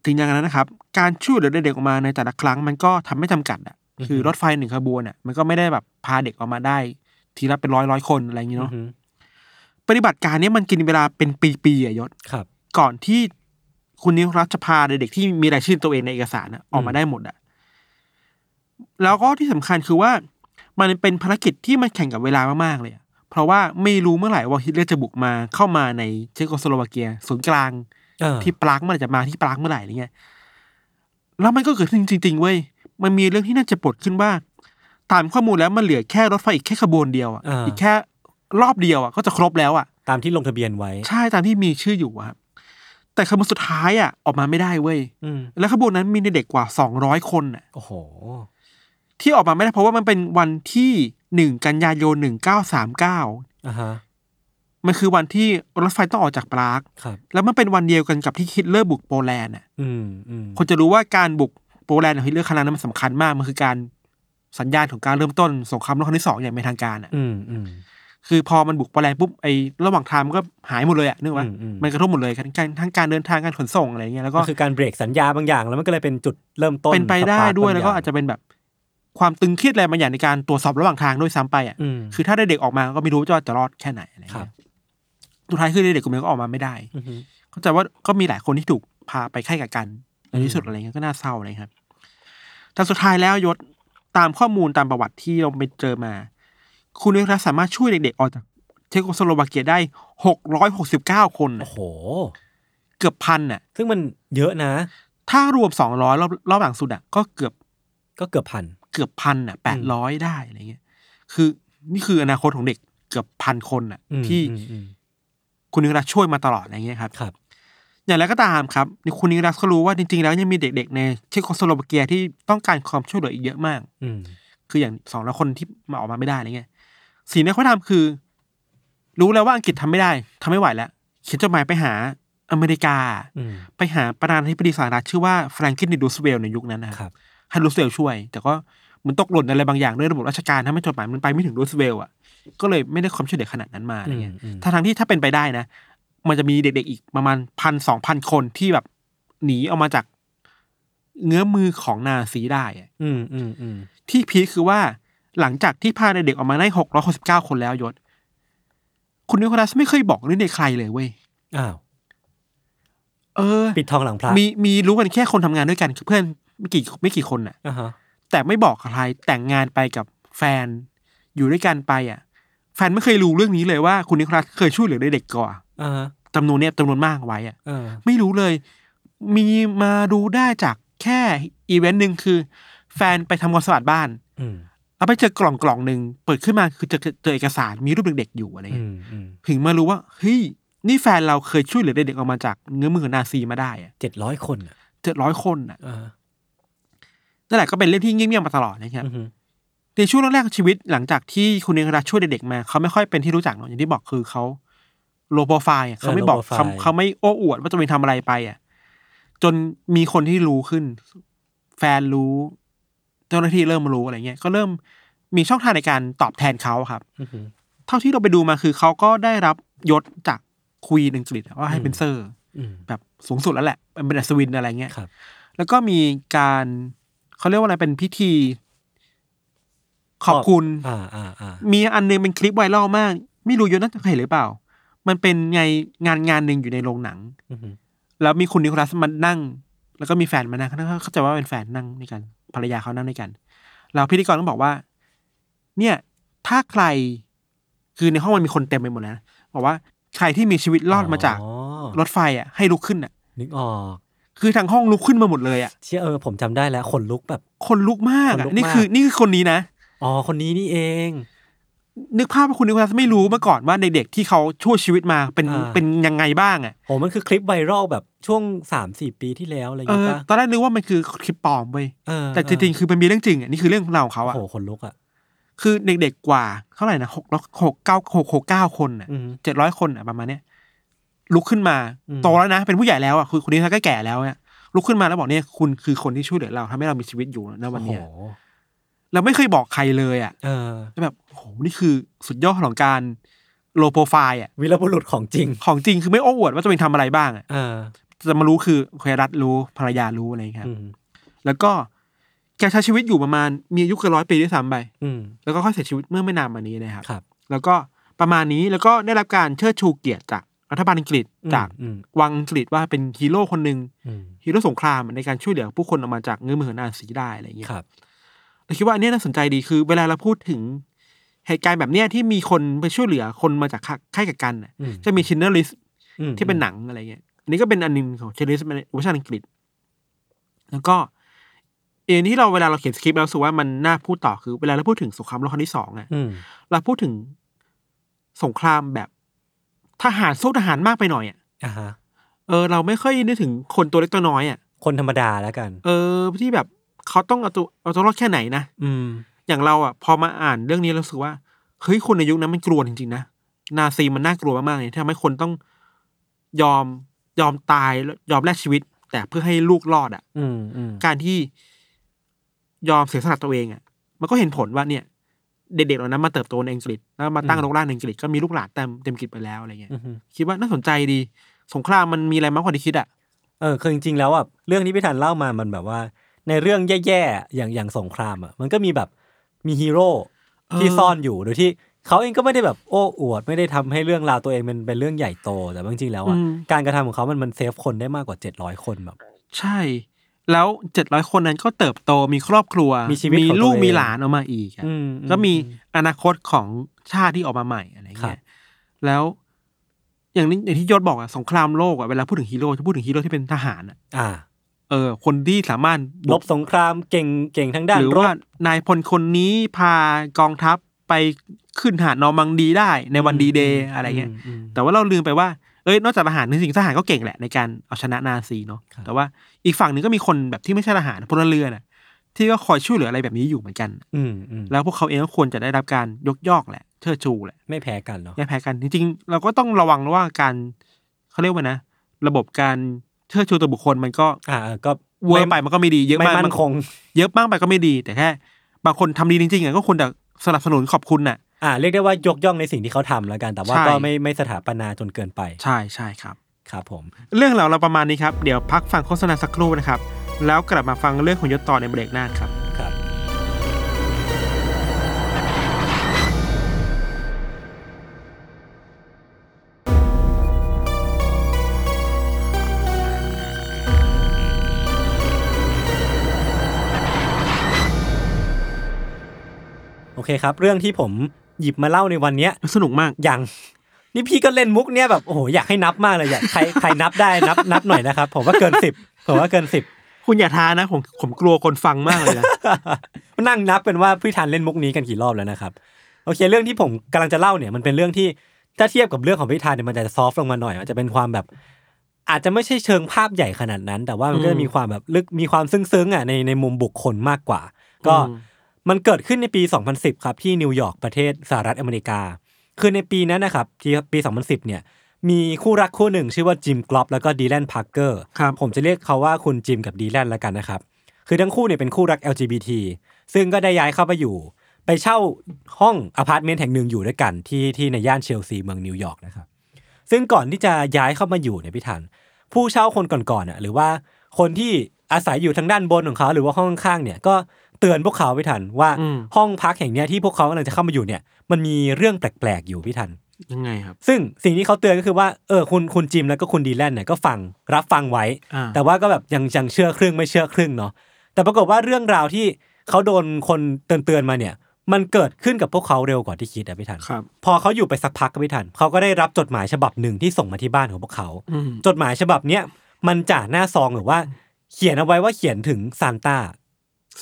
Speaker 5: ถึงอย่างนั้นนะครับ การช่วยเหลือเด็กๆออกมาในแต่ละครั้งมันก็ทำไม่จำกัดอ่ะ คือรถไฟหนึ่งขบวนอ่ะมันก็ไม่ได้แบบพาเด็กออกมาได้ ทีละเป็นร้อยร้อยๆคนอะไรอย่างเงี้เนาะ
Speaker 4: อือฮึ
Speaker 5: ปฏิบัติการเนี้ยมันกินเวลาเป็นปีๆอ่ะยศ
Speaker 4: ครับ
Speaker 5: ก่อนที่คุณนิรัตน์จะพาเด็กๆที่มีรายชื่อตัวเองในเอกสารน่ะออกมาได้หมดอ่ะ แล้วก็ที่สำคัญคือว่า มันเป็นภารกิจที่มันแข่งกับเวลามากๆเลยอะเพราะว่าไม่รู้เมื่อไหร่ว่าฮิตเลอร์จะบุกมาเข้ามาในเชโกสโลวาเกียศูนย์กลาง
Speaker 4: เออ
Speaker 5: ที่ปรากเมื่อไหร่จะมาที่ปรากเมื่อไหร่อะไรเงี้ย แล้วมันก็เกิดขึ้นจริงๆเว้ยมันมีเรื่องที่น่าจะปลดขึ้นว่า ตามข้อมูลแล้วมันเหลือแค่รถไฟอีกแค่ขบวนเดียวอ่ะ
Speaker 4: อ่า
Speaker 5: อีกแค่รอบเดียวอ่ะก็จะครบแล้วอ่ะ
Speaker 4: ตามที่ลงทะเบียนไว้
Speaker 5: ใช่ตามที่มีชื่ออยู่อะครับแต่ขบวนสุดท้ายอ่ะออกมาไม่ได้เว้ย
Speaker 4: อืม
Speaker 5: แล้วขบวนนั้นมีเด็กกว่าสองร้อยคนน่ะ
Speaker 4: โอ้โห
Speaker 5: ที่ออกมาไม่ได้เพราะว่ามันเป็นวันที่หนึ่งกันยายนหนึ่งเก้าสามเก้า
Speaker 4: อ่าฮะ
Speaker 5: มันคือวันที่รถไฟต้องออกจากปราก
Speaker 4: ครับ
Speaker 5: แล้วมันเป็นวันเดียวกันกับที่ฮิตเลอร์บุกโปแลนด์อ่ะ
Speaker 4: อืมอืม
Speaker 5: คนจะรู้ว่าการบุกโปแลนด์ของฮิตเลอร์ครั้งนั้นมันสำคัญมากมันคือการสัญญาณของการเริ่มต้นสงครามโลกครั้งที่สองอย่างเป็นทางการอ่ะ
Speaker 4: อืมอืม
Speaker 5: คือพอมันบุกโปแลนด์ปุ๊บไอ้ระหว่างทางมันก็หายหมดเลยอ่ะนึกว่า
Speaker 4: อืมอืม
Speaker 5: มันกระทบหมดเลยทั้งการทั้งการเดินทางการขนส่งอะไรอย่างเงี้ยแล้ว
Speaker 4: ก็
Speaker 5: ก็
Speaker 4: คือการเบรกสัญญาบางอย่าง แล้วมันก็เลยเป็นจุดเริ่มต้น
Speaker 5: เป็นไปได้
Speaker 4: สตร์ท
Speaker 5: ด้วย
Speaker 4: บง
Speaker 5: แล้วก็
Speaker 4: ย่ง
Speaker 5: อาจจะเป็นแบบความตึงเครียดอะไรบางอย่างในการตรวจสอบระหว่างทางด้วยซ้ำไปอ่ะ
Speaker 4: อืม
Speaker 5: คือถ้าได้เด็กออกมาก็ไม่รู้ว่าจะรอดแค่ไหนอะไร
Speaker 4: ครั
Speaker 5: เงี้
Speaker 4: บ
Speaker 5: ยสุดท้ายคือเด็กกลุ่มนี้ก็ออกมาไม่ได้
Speaker 4: อือฮึ
Speaker 5: เข้าใจว่าก็มีหลายคนที่ถูกพาไปไข้กับกันในที่สุด
Speaker 4: อืม
Speaker 5: อะไรเงี้ยก็น่าเศร้าเลยครับแต่สุดท้ายแล้วยศตามข้อมูลตามประวัติที่เราไปเจอมา คุณนิรัสสามารถช่วยเด็กๆออกจากเชโกสโลวาเกียได้หกร้อยหกสิบเก้าคนน่ะ
Speaker 4: โอ้โห
Speaker 5: เกือบพันน่ะ
Speaker 4: ซึ่งมันเยอะนะ
Speaker 5: ถ้ารวมสองร้อยรอบรอบหลังสุดอ่ะก็เกือบ
Speaker 4: ก็เกือบพัน
Speaker 5: เกือบพันอ่ะแปดร้อยได้อะไรเงี้ย คือนี่คืออนาคตของเด็กเกือบพันคนอ่ะ
Speaker 4: อืม
Speaker 5: ที่
Speaker 4: อืมอืม
Speaker 5: คุณนิรัสช่วยมาตลอดอะไรเงี้ยครับ
Speaker 4: ครับ
Speaker 5: อย่างไรก็ตามครับนี่คุณนิรัสก็รู้ว่าจริงๆแล้วยังมีเด็กๆ ในเชโกสโลวาเกียที่ต้องการความช่วยเหลืออีกเยอะมาก
Speaker 4: อืม
Speaker 5: คืออย่างสองละคนที่มาออกมาไม่ได้อะไรเงี้ยสิ่งที่เขาทำคือ รู้แล้วว่าอังกฤษทำไม่ได้ทำไม่ไหวแล้วเขียนจดหมายไปหาอเมริกา
Speaker 4: อืม
Speaker 5: ไปหาประธานาธิบดีสหรัฐชื่อว่าแฟรงกินดิรูสเวลในยุคนั้นนะครับ
Speaker 4: ครับ
Speaker 5: ให้รูสเวลช่วย แต่ก็เหมันตกหล่นอะไรบางอย่างด้วยระบบราชการทำให้จดหมายมันไปไม่ถึงรูสเวลอ่ะก็เลยไม่ได้ความช่วยเหลือขนาดนั้นมาอะไรเงี้ย
Speaker 4: อืมอืม
Speaker 5: ถ้าทางที่ถ้าเป็นไปได้นะ มันจะมีเด็กๆอีกประมาณพันสองพันคนที่แบบหนีออกมาจากเงื้อมือของนาซีได้อะ
Speaker 4: อืมอืมอืม
Speaker 5: ที่พีคคือว่าหลังจากที่พาเด็กๆออกมาได้หกร้อยหกสิบเก้าคนแล้วยศ คุณนิโคลัสไม่เคยบอกเรื่องใดใครเลยเว้ย
Speaker 4: อ้าว
Speaker 5: เออ
Speaker 4: ปิดทองหลังพระ
Speaker 5: มีมีรู้กันแค่คนทำงานด้วยกันคือเพื่อนไม่กี่ไม่กี่คนน่ะ
Speaker 4: อ่าฮะ
Speaker 5: แต่ไม่บอกใครแต่งงานไปกับแฟนอยู่ด้วยกันไปอ่ะ แฟนไม่เคยรู้เรื่องนี้เลยว่าคุณนิโคลัสเคยช่วยเหลือเด็กๆก่อน
Speaker 4: อ่าฮะ
Speaker 5: จำนวนเนี้ยจำนวนมากไว้อ่ะ
Speaker 4: เออ
Speaker 5: ไม่รู้เลย มีมารู้ได้จากแค่อีเวนต์หนึ่งคือ แฟนไปทำความสะอาดบ้าน
Speaker 4: อืม
Speaker 5: แล้วไปเจอกล่องกล่องหนึ่งเปิดขึ้นมาคือเจอเจอเอกสารมีรูปเด็กๆอยู่อะไร
Speaker 4: อื
Speaker 5: เงี้ย
Speaker 4: มอืม
Speaker 5: ถึงมารู้ว่าเฮ้ยนี่แฟนเราเคยช่วยเหลือเด็กๆออกมาจากเงื้อมือของนาซีมาได้อะ
Speaker 4: เจ็ดร้อยคนอ่ะ
Speaker 5: เจ็ดร้อยคนน่ะ
Speaker 4: อ่า
Speaker 5: นั่นแหละก็เป็นเรื่องที่เงียบๆมาตลอดนะครับ
Speaker 4: อืม
Speaker 5: ในช่วงแรกๆของชีวิตหลังจากที่คุณนิรัตช่วยเด็กๆมา เขาไม่ค่อยเป็นที่รู้จักเนอะอย่างที่บอกคือเขาโลโปรไฟล์อะเขาไม่บอกเขาเขาไม่โอ้อวดว่าตัวเองทำอะไรไปอ่ะ จนมีคนที่รู้ขึ้น แฟนรู้ เจ้าหน้าที่เริ่มรู้อะไรเงี้ยก็เริ่มมีช่องทางในการตอบแทนเขาอะครับ
Speaker 4: อืม
Speaker 5: เท่าที่เราไปดูมาคือเขาก็ได้รับยศจากคุยอังกฤษว่าให้เป็นเซอร์
Speaker 4: อืม
Speaker 5: แบบสูงสุดแล้วแหละเป็นอัศวินอะไรเงี้ย
Speaker 4: ครับ
Speaker 5: แล้วก็มีการเขาเรียกว่าอะไรเป็นพิธี ขอบคุณ
Speaker 4: อ่าอ่าอ่า
Speaker 5: มีอันหนึงเป็นคลิปไวรัลมาก ไม่รู้ยศน่าจะเคยเห็นหรือเปล่า มันเป็นไงงานงานหนึ่งอยู่ในโรงหนัง
Speaker 4: อืม
Speaker 5: แล้วมีคุณนิโคลัสมานั่ง แล้วก็มีแฟนมานั่งเขาเข้าใจว่าเป็นแฟนนั่งด้วยกันภรรยาเขานั่งด้วยกัน แล้วพิธีกรก็บอกว่า เนี่ย ถ้าใคร คือในห้องมันมีคนเต็มไปหมดแล้วนะบอกว่าใครที่มีชีวิตรอดมาจาก
Speaker 4: อ๋อ
Speaker 5: รถไฟอ่ะ ให้ลุกขึ้นอ่ะ
Speaker 4: นึกออก
Speaker 5: คือทางห้องลุกขึ้นมาหมดเลยอ่ะ
Speaker 4: เชื่อเออผมจำได้แล้วขนลุกแบบ
Speaker 5: คนลุกมาก
Speaker 4: คนลุ
Speaker 5: อะ
Speaker 4: กมาก
Speaker 5: นี่คือนี่คือคนนี้นะ
Speaker 4: อ๋อคนนี้นี่เอง
Speaker 5: นึกภาพว่าคุณนิโคลัสไม่รู้มาก่อนว่าในเด็กที่เขาช่วยชีวิตมาเป็น
Speaker 4: อ่า
Speaker 5: เป็นยังไงบ้างอ่ะ
Speaker 4: โหมันคือคลิปไวรัลแบบช่วงสามสี่ปีที่แล้วอะไรอย่าง
Speaker 5: เอ
Speaker 4: เงี้
Speaker 5: อย
Speaker 4: ปะ
Speaker 5: ตอนแรกนึกว่ามันคือคลิปปลอมเว้ย
Speaker 4: เออ
Speaker 5: แต่จริงๆคือมันมีเรื่องจริงอ่ะนี่คือเรื่องของเราวของเขา
Speaker 4: โอ้
Speaker 5: อ่ะ
Speaker 4: โหขนลุกอ่ะ
Speaker 5: คือเด็กๆกว่าเท่าไหร่นะหกหกเก้าหกหกเก้าคนอ่ะ
Speaker 4: อืม
Speaker 5: เจ็ดร้อยคนอ่ะประมาณเนี้ยลุกขึ้นมา
Speaker 4: อืม
Speaker 5: โตแล้วนะเป็นผู้ใหญ่แล้วอ่ะคือคุณนิโคลัสก็แก่แล้วเนี่ยลุกขึ้นมาแล้วบอกเนี่ยคุณคือคนที่ช่วยเหลือเราทำให้เรามีชีวิตอยู่ณวันเนี้ย
Speaker 4: โอ้โห
Speaker 5: เราไม่เคยบอกใครเลยอ่ะ
Speaker 4: เออ
Speaker 5: แล้วแบบโอ้โหนี่คือสุดยอดของการโลโปรไฟล์อ่ะ
Speaker 4: วีรบุรุษของจริง
Speaker 5: ของจริงคือไม่โอ้อวดว่าตัวเองทำอะไรบ้างอะ
Speaker 4: เออ
Speaker 5: จะมารู้คือเคยรัฐรู้ภรรยารู้อะไรอย่างเงี้ยค
Speaker 4: อื
Speaker 5: รับ
Speaker 4: ม
Speaker 5: แล้วก็แกใช้ชีวิตอยู่ประมาณมีอายุเกินร้อยปีด้วยซ้ำไป
Speaker 4: อืม
Speaker 5: แล้วก็ค่อยเสียชีวิตเมื่อไม่นานมานี้นะครับ
Speaker 4: ครับ
Speaker 5: แล้วก็ประมาณนี้แล้วก็ได้รับการเชิดชูเกียรติจากรัฐบาลอังกฤษ
Speaker 4: อืม
Speaker 5: จาก
Speaker 4: อืม
Speaker 5: วังอังกฤษว่าเป็นฮีโร่คนหนึ่ง
Speaker 4: อืม
Speaker 5: ฮีโร่สงครามในการช่วยเหลือผู้คนออกมาจากเงื้อมือของนาซีได้อะไรอย่างเงี้ย
Speaker 4: ครับ
Speaker 5: เราคิดว่าอันเนี้ยน่าสนใจดีคือเวลาเราพูดถึงเหตุการณ์แบบเนี้ยที่มีคนไปช่วยเหลือคนมาจากค่าค่ายกักกันน่ะ
Speaker 4: อืม
Speaker 5: จะมีชินเนอร์ลิส
Speaker 4: อืม
Speaker 5: ที่เป็นหนังอะไรเงี้ย อันนี้ก็เป็นอันหนึงของเชลิสเวอร์ชันอังกฤษ แล้วก็ อีกอย่างที่เราเวลาเราเขียนสคริปต์เรารู้สึกว่ามันน่าพูดต่อคือเวลาเราพูดถึงสงครามโลกครั้งที่สองอะ
Speaker 4: อืม
Speaker 5: เราพูดถึงสงครามแบบทหารสู้ทหารมากไปหน่อยอ่ะ
Speaker 4: อ่าฮะ
Speaker 5: เออเราไม่ค่อยนึกถึงคนตัวเล็กตัวน้อยอ่ะ
Speaker 4: คนธรรมดาแล้วกัน
Speaker 5: เออที่แบบเขาต้องเอาตัวเอาตัวรอดแค่ไหนนะ
Speaker 4: อืม
Speaker 5: อย่างเราอ่ะพอมาอ่านเรื่องนี้เรารู้สึกว่าเฮ้ยคนในยุคนั้นมันกลัวจริงๆนะนาซีมันน่ากลัวมากๆเลยที่ทำให้คนต้องยอมยอมตายแล้วยอมแลกชีวิต แต่เพื่อให้ลูกรอดอ่ะ
Speaker 4: อืมอืม
Speaker 5: การที่ยอมเสียสละตัวเองอ่ะ มันก็เห็นผลว่าเนี่ย เด็กๆเหล่านั้นมาเติบโตในอังกฤษแล้วมาตั้งรกรากในอังกฤษก็มีลูกหลานเต็มเต็มอังกฤษไปแล้วอะไรเงี้ย
Speaker 4: อืม
Speaker 5: คิดว่าน่าสนใจดี สงครามมันมีอะไรมากกว่าที่คิดอ่ะ
Speaker 4: เออคือจริงๆแล้วอ่ะเรื่องที่พี่ธันเล่ามามันแบบว่า ในเรื่องแย่ๆอย่างอย่างสงครามอ่ะมันก็มีแบบมีฮีโร่
Speaker 5: เออ
Speaker 4: ที่ซ่อนอยู่โดยที่เขาเองก็ไม่ได้แบบโอ้อวด ไม่ได้ทำให้เรื่องราวตัวเองเป็นเป็นเรื่องใหญ่โตแต่ว่าจริงๆแล้วอ่ะการกระทำของเขามันมันเซฟคนได้มากกว่า 700 คนแบบ
Speaker 5: ใช่ แล้วเจ็ดร้อยคนนั้นก็เติบโตมีครอบครัว
Speaker 4: มีชีวิตของตัวเอง
Speaker 5: ลูกมีหลานออกมาอีกอะ
Speaker 4: อือื
Speaker 5: ก็มีอนาคตของชาติที่ออกมาใหม่อะไร
Speaker 4: ครั
Speaker 5: เงี้
Speaker 4: บ
Speaker 5: ยแล้วอย่างนี้อย่างที่ยศบอกอ่ะสงครามโลกอ่ะเวลาพูดถึงฮีโร่จะพูดถึงฮีโร่ที่เป็นทหารอ่ะ
Speaker 4: อ่า
Speaker 5: เออคนที่สามารถ
Speaker 4: ล
Speaker 5: บุ
Speaker 4: บ
Speaker 5: ก
Speaker 4: สงครามเก่งเก่งทั้งด้าน
Speaker 5: หรือ
Speaker 4: ร
Speaker 5: ว่า
Speaker 4: บ
Speaker 5: นายพลคนนี้พากองทัพไปขึ้นหาดนอร์มังดีได้ในวันดีเดย์
Speaker 4: อืม
Speaker 5: อะไรเงี้ย
Speaker 4: อืมอืม
Speaker 5: แต่ว่าเราลืมไปว่า เอ้ย นอกจากทหารในสิ่งทหารก็เก่งแหละในการเอาชนะนาซีเนาะ
Speaker 4: ครับ
Speaker 5: แต่ว่าอีกฝั่งหนึ่งก็มีคนแบบที่ไม่ใช่ทหารพลเรือนน่ะ ที่ก็คอยช่วยเหลืออะไรแบบนี้อยู่เหมือนกัน
Speaker 4: อืมอืม
Speaker 5: แล้วพวกเขาเองก็ควรจะได้รับการยกย่องแหละ เชิดชูแหละ
Speaker 4: ไม่แพ้กันเนาะ
Speaker 5: แยกแพ้กันจริงๆ เราก็ต้องระวังว่าการเขาเรียกว่านะ ระบบการเชิดชูตัวบุคคลมันก็
Speaker 4: อ่าเออก็
Speaker 5: เวอร์ไปมันก็ไม่ดีเยอะ
Speaker 4: ไม่
Speaker 5: มาก
Speaker 4: มั่นคง
Speaker 5: เยอะมากไปก็ไม่ดี แต่แค่บางคนทำดีจริงๆอ่ะก็ควรจะสนับสนุนขอบคุณน่ะ
Speaker 4: อ่าเรียกได้ว่ายกย่องในสิ่งที่เขาทำแล้วกัน แต่ว่า
Speaker 5: ใช่
Speaker 4: ก็ไม่ไม่สถาปนาจนเกินไป
Speaker 5: ใช่ใช่ครับ
Speaker 4: ครับผม
Speaker 5: เรื่องเราเราประมาณนี้ครับ เดี๋ยวพักฟังโฆษณาสักครู่นะครับ แล้วกลับมาฟังเรื่องของยศต่อในเบรกหน้าครับ
Speaker 4: ครับโอเคครับ เรื่องที่ผมหยิบมาเล่าในวันเนี้ย
Speaker 5: สนุกมาก
Speaker 4: อย่าง นี่พี่ก็เล่นมุกเนี้ยแบบโอ้โหอยากให้นับมากเลยอยากใครใครนับได้นับนับหน่อยนะครับ ผมว่าเกินสิบผมว่าเกินสิบ
Speaker 5: คุณอย่าท้านะ ผมผมกลัวคนฟังมากเลยนะ
Speaker 4: นั่งนับเป็นว่าพี่ทันเล่นมุกนี้กันกี่รอบแล้วนะครับโอเคเรื่องที่ผมกำลังจะเล่าเนี่ยมันเป็นเรื่องที่ถ้าเทียบกับเรื่องของพี่ทันเนี่ยมันจะซอฟต์ลงมาหน่อยมันจะเป็นความแบบ อาจจะไม่ใช่เชิงภาพใหญ่ขนาดนั้น แต่ว่ามันก็
Speaker 5: อืม
Speaker 4: จะมีความแบบลึกมีความซึ้งๆอ่ะในในมุมบุคคลมากกว่า ก็
Speaker 5: อืม
Speaker 4: มันเกิดขึ้นในปี 2010 ครับ ที่นิวยอร์กประเทศสหรัฐอเมริกา คือในปีนั้นนะครับที่ปี 2010 เนี่ย มีคู่รักคู่หนึ่งชื่อว่าจิมกลอปแล้วก็ดีแลนพาร์เกอร์
Speaker 5: ครับ
Speaker 4: ผมจะเรียกเขาว่าคุณจิมกับดีแลนแล้วกันนะครับ คือทั้งคู่เนี่ยเป็นคู่รัก LGBT ซึ่งก็ได้ย้ายเข้าไปอยู่ ไปเช่าห้องอพาร์ตเมนต์แห่งหนึ่งอยู่ด้วยกันที่ที่ในย่านเชลซีเมืองนิวยอร์กนะครับ ซึ่งก่อนที่จะย้ายเข้ามาอยู่เนี่ยพี่ทัน ผู้เช่าคนก่อนๆน่ะหรือว่าคนที่อาศัยอยู่ทางด้านบนของเขา หรือว่าห้องข้างๆเนี่ยก็เตือนพวกเขาพี่ทันว่า
Speaker 5: อืม
Speaker 4: ห้องพักแห่งเนี้ยที่พวกเขากำลังจะเข้ามาอยู่เนี่ยมันมีเรื่องแปลกๆอยู่พี่ทัน
Speaker 5: ยังไงครับ
Speaker 4: ซึ่งสิ่งที่เขาเตือนก็คือว่าเออคุณคุณจิมแล้วก็คุณดีแลนเนี่ยก็ฟังรับฟังไว้
Speaker 5: อ่า
Speaker 4: แต่ว่าก็แบบยังยังเชื่อครึ่งไม่เชื่อครึ่งเนาะแต่ปรากฏว่าเรื่องราวที่เขาโดนคนเตือนเตือนๆมาเนี่ย มันเกิดขึ้นกับพวกเขาเร็วกว่าที่คิดอะพี่ทัน
Speaker 5: ครับ
Speaker 4: พอเขาอยู่ไปสักพักก็พี่ทันเขาก็ได้รับจดหมายฉบับหนึ่งที่ส่งมาที่บ้านของพวกเขา
Speaker 5: อืม
Speaker 4: จดหมายฉบับเนี้ยมันจ่าหน้าซองหรือว่า เขียนเอาไว้ว่าเขียนถึงซานต้า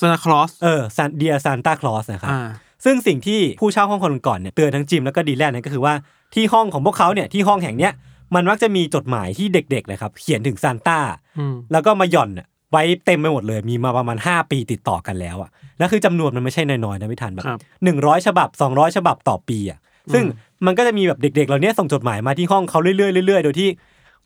Speaker 5: ซานตาคลอส
Speaker 4: เออซานเดียซานต้าคลอสนะครับ
Speaker 5: อ่า
Speaker 4: ซึ่งสิ่งที่ผู้เช่าห้องคนก่อนเนี่ยเตือนทั้งจิมแล้วก็ดีแลนเนี่ยก็คือว่าที่ห้องของพวกเขาเนี่ยที่ห้องแห่งเนี้ยมันมักจะมีจดหมายที่เด็กๆนะครับเขียนถึงซานต้า
Speaker 5: อืม
Speaker 4: แล้วก็มาหย่อนน่ะไว้เต็มไปหมดเลย มีมาประมาณ 5 ปีติดต่อกันแล้วอ่ะแล้วคือจำนวนมันไม่ใช่น้อยๆนะพี่ทันแบ
Speaker 5: ครับ
Speaker 4: หนึ่งร้อยฉบับ 200 ฉบับต่อปีอ่ะซึ่งมันก็จะมีแบบเด็กๆเหล่าเนี้ยส่งจดหมายมาที่ห้องเขาเรื่อยๆเรื่อยๆโดยที่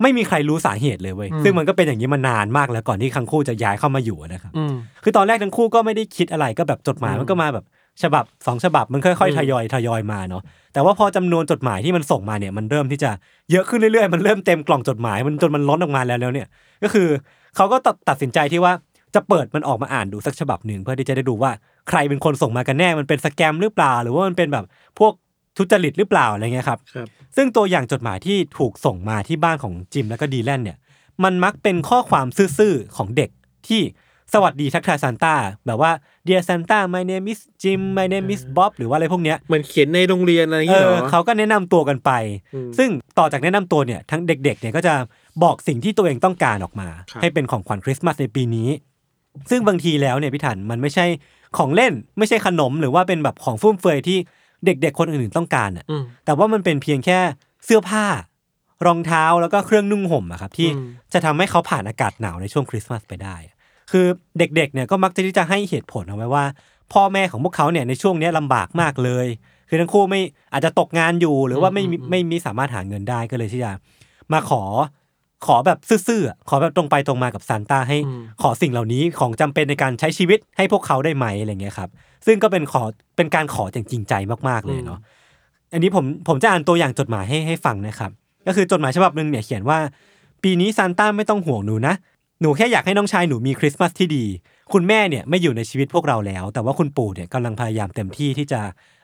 Speaker 4: ไม่มีใครรู้สาเหตุเลยเว้ย
Speaker 5: อืม
Speaker 4: ซึ่งมันก็เป็นอย่างนี้มานานมากแล้วก่อนที่คังคู่จะย้ายเข้ามาอยู่นะครับ
Speaker 5: อืม
Speaker 4: คือตอนแรกทั้งคู่ก็ไม่ได้คิดอะไรก็แบบจดหมาย
Speaker 5: อืม
Speaker 4: มันก็มาแบบฉบับสองฉบับมันค่อย
Speaker 5: อืม
Speaker 4: ๆทยอยทยอยมาเนาะแต่ว่าพอจำนวนจดหมายที่มันส่งมาเนี่ยมันเริ่มที่จะเยอะขึ้นเรื่อยๆ มันเริ่มเต็มกล่องจดหมายมันจนมันล้นออกมาแล้วแล้วเนี่ย ก็คือเขาก็ตัดตัดสินใจที่ว่าจะเปิดมันออกมาอ่านดูสักฉบับหนึ่งเพื่อที่จะได้ดูว่าใครเป็นคนส่งมากันแน่มันเป็นสแกมหรือเปล่า หรือว่ามันเป็นแบบพวกทุจริตหรือเปล่าอะไรเงี้ยครับ
Speaker 5: ครับ
Speaker 4: ซึ่งตัวอย่างจดหมายที่ถูกส่งมาที่บ้านของจิมและก็ดีแลนเนี่ย มันมักเป็นข้อความซื่อๆของเด็กที่สวัสดีทักทายซานต้าแบบว่า dear Santa my name is Jim my name is Bob หรือว่าอะไรพวกเนี้ย
Speaker 5: เหมือนเขียนในโรงเรียนอะไรอย่าง
Speaker 4: เอ
Speaker 5: เงี้ย
Speaker 4: อ
Speaker 5: เหรอ
Speaker 4: เขาก็แนะนำตัวกันไป
Speaker 5: อืม
Speaker 4: ซึ่งต่อจากแนะนำตัวเนี่ยทั้งเด็กๆเนี่ยก็จะบอกสิ่งที่ตัวเองต้องการออกมา
Speaker 5: ครับ
Speaker 4: ให้เป็นของขวัญคริสต์มาสในปีนี้ ซึ่งบางทีแล้วเนี่ยพี่ถันมันไม่ใช่ของเล่น ไม่ใช่ขนมหรือว่าเป็นแบบของฟุ่มเฟือยที่เด็ก ๆ คนอื่นๆต้องการอ่ะ
Speaker 5: อืม
Speaker 4: แต่ว่ามันเป็นเพียงแค่เสื้อผ้ารองเท้าแล้วก็เครื่องนุ่งห่มอะครับที่
Speaker 5: อืม
Speaker 4: จะทำให้เขาผ่านอากาศหนาวในช่วงคริสต์มาสไปได้อะคือเด็กๆเนี่ยก็มักจะที่จะให้เหตุผลเอาไว้ว่า พ่อแม่ของพวกเขาเนี่ยในช่วงเนี้ยลำบากมากเลย คือทั้งคู่ไม่อาจจะตกงานอยู่หรือว่าไม่มีไม่มีสามารถหาเงินได้ก็เลยที่จะมาขอขอแบบซื่อๆอะขอแบบตรงไปตรงมากับซานต้าให้ ขอสิ่งเหล่านี้ของจำเป็นในการใช้ชีวิตให้พวกเขาได้ไหมอะไรเงี้ยครับ ซึ่งก็เป็นขอเป็นการขออย่างจริงใจมากๆเลยเนาะ อันนี้ผมผมจะอ่านตัวอย่างจดหมายให้ให้ฟังนะครับ ก็คือจดหมายฉบับหนึ่งเนี่ยเขียนว่า ปีนี้ซานต้าไม่ต้องห่วงหนูนะ หนูแค่อยากให้น้องชายหนูมีคริสต์มาสที่ดี คุณแม่เนี่ยไม่อยู่ในชีวิตพวกเราแล้ว แต่ว่าคุณปู่เนี่ยกำลังพยายามเต็มที่ที่จะ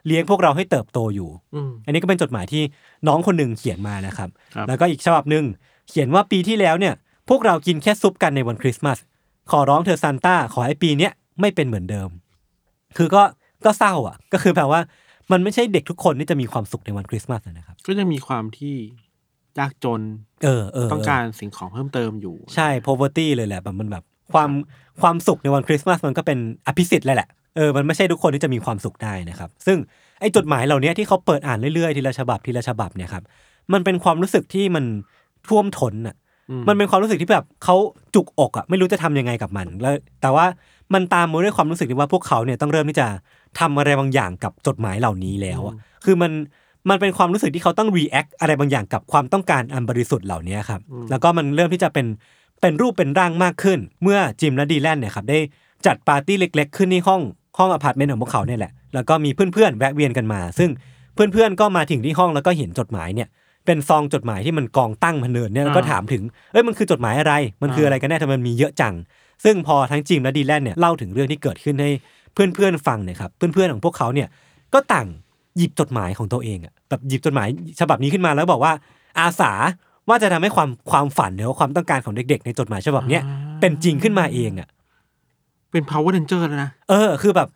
Speaker 4: เลี้ยงพวกเราให้เติบโตอยู่
Speaker 5: อืม
Speaker 4: อันนี้ก็เป็นจดหมายที่น้องคนหนึ่งเขียนมานะครับ
Speaker 5: ครับ
Speaker 4: แล้วก็อีกฉบับหนึ่งเขียนว่าปีที่แล้วเนี่ย พวกเรากินแค่ซุปกันในวันคริสต์มาส ขอร้องเธอซานต้าขอให้ปีเนี้ยไม่เป็นเหมือนเดิม คือก็ก็เศร้าอ่ะ ก็คือแปลว่ามันไม่ใช่เด็กทุกคนที่จะมีความสุขในวันคริสต์มาสอะนะครับ
Speaker 5: ก็จะมีความที่ยากจน
Speaker 4: เออเออ
Speaker 5: ต้องการสิ่งของเพิ่มเติมอยู่
Speaker 4: ใช่ poverty เลยแหละแบบมันแบบความความสุขในวันคริสต์มาสมันก็เป็นอภิสิทธิ์เลยแหละ เออ มันไม่ใช่ทุกคนที่จะมีความสุขได้นะครับ ซึ่งไอ้จดหมายเหล่านี้ที่เขาเปิดอ่านเรื่อยๆทีละฉบับทีละฉบับเนี่ยครับ มันเป็นความรู้สึกที่มันท่วมท้นอ่ะ
Speaker 5: อืม
Speaker 4: มันเป็นความรู้สึกที่แบบเขาจุกอกอ่ะ ไม่รู้จะทำยังไงกับมัน แล้ว แต่ว่ามันตามมาด้วยความรู้สึกที่ว่าพวกเขาเนี่ยต้องเริ่มที่จะทำอะไรบางอย่างกับจดหมายเหล่านี้แล้วอะคือมันมันเป็นความรู้สึกที่เขาต้อง react อะไรบางอย่างกับความต้องการอันบริสุทธิ์เหล่านี้ครับ แล้วก็มันเริ่มที่จะเป็นเป็นรูปเป็นร่างมากขึ้น เมื่อจิมและดีแลนเนี่ยครับได้จัดปาร์ตี้เล็ก ๆ ขึ้นที่ห้องห้องอพาร์ตเมนต์ของพวกเขาเนี่ยแหละ แล้วก็มีเพื่อนๆแวะเวียนกันมา ซึ่งเพื่อนๆก็มาถึงที่ห้องแล้วก็เห็นจดหมายเนี่ย เป็นซองจดหมายที่มันกองตั้งพันเนินเนี่ยแล้วก็
Speaker 5: อ่า
Speaker 4: ถามถึง เอ้ยมันคือจดหมายอะไร มันคืออะไรกันแน่ทำไมมันมีเยอะจัง ซึ่งพอทั้งจิมและดีแลนเนี่ยเล่าถึงเรื่องที่เกิดขึ้นให้เพื่อนๆฟังเนี่ยครับ เพื่อนๆของพวกเขาเนี่ยก็ต่างหยิบจดหมายของตัวเองอะแบบหยิบจดหมายฉบับนี้ขึ้นมาแล้วบอกว่า อาสาว่าจะทำให้ความความฝันหรือว่าความต้องการของเด็ก ๆ ในจดหมายฉบับเนี้ยเป็นจริงขึ้นมาเองอะ
Speaker 5: เป็น power ranger แล้วนะ
Speaker 4: เออคือแบบ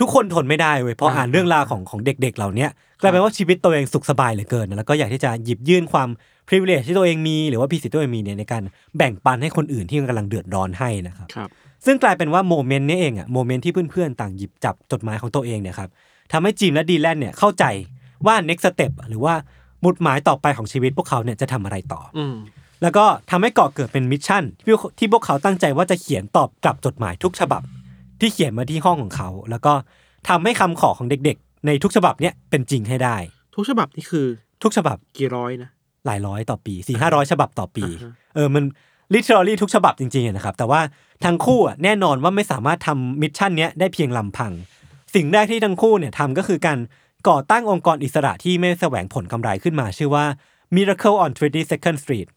Speaker 4: ทุกคนทนไม่ได้เว้ยพออ่าน
Speaker 5: อ่า
Speaker 4: เรื่องราวของของเด็ก ๆ เหล่าเนี้ยกลายเป็นว่าชีวิตตัวเองสุขสบายเหลือเกินนะแล้วก็อยากที่จะหยิบยื่นความ privilege ที่ตัวเองมีหรือว่าพิสิทธิ์ที่ตัวเองมีเนี่ยในการแบ่งปันให้คนอื่นที่กำลังเดือดร้อนให้นะครับ
Speaker 5: ครับ
Speaker 4: ซึ่งกลายเป็นว่าโมเมนต์นี้เองอะโมเมนต์ที่เพื่อนๆ ต่างหยิบจับจดหมายของตัวเองเนี่ยครับทำให้จิมและดีแลนเนี่ยเข้าใจว่า next step หรือว่ามุดหมายต่อไปของชีวิตพวกเขาเนี่ยจะทำอะไรต่อ
Speaker 5: อืม
Speaker 4: แล้วก็ทำให้ก่อเกิดเป็นมิชชั่นที่พวกที่พวกเขาตั้งใจว่าจะเขียนตอบกลับจดหมายทุกฉบับ ที่เขียนมาที่ห้องของเขา แล้วก็ทำให้คำขอของเด็กๆ ในทุกฉบับเนี่ยเป็นจริงให้ได้
Speaker 5: ทุกฉบับนี่คือ
Speaker 4: ทุกฉบับ
Speaker 5: กี่ร้อยนะ
Speaker 4: หลายร้อยต่อปี4ี่ห้าร้อยฉบับต่อปี
Speaker 5: อ่าฮะ
Speaker 4: เออมัน literally ทุกฉบับจริงๆอะนะครับ แต่ว่าทั้งคู่อะแน่นอนว่าไม่สามารถทำมิชชั่นเนี้ยได้เพียงลำพัง สิ่งแรกที่ทั้งคู่เนี่ยทำก็คือการก่อตั้งองค์กรอิสระที่ไม่แสวงผลกำไรขึ้นมา ชื่อว่า Miracle on 22nd Street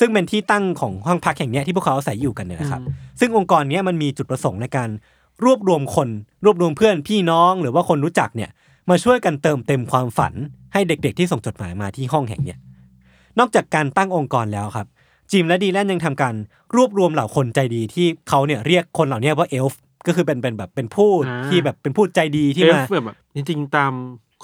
Speaker 4: ซึ่งเป็นที่ตั้งของห้องพักแห่งเนี้ยที่พวกเขาอาศัยอยู่กันเนี่ยนะครับ ซึ่งองค์กรเนี้ยมันมีจุดประสงค์ในการรวบรวมคน รวบรวมเพื่อนพี่น้องหรือว่าคนรู้จักเนี่ยมาช่วยกันเติมเต็มความฝันให้เด็กๆ ที่ส่งจดหมายมาที่ห้องแห่งเนี้ยนอกจากการตั้งองค์กรแล้วครับ จิมและดีแลนยังทำการรวบรวมเหล่าคนใจดีที่เขาเนี่ยเรียกคนเหล่าเนี้ยว่าเอลฟ์ก็คือเป็นเป็นแบบเป็นผู้
Speaker 5: อ่า
Speaker 4: ที่แบบเป็นผู้ใจดีที่
Speaker 5: เอ
Speaker 4: มา
Speaker 5: ฟแบบ จริงๆ ตาม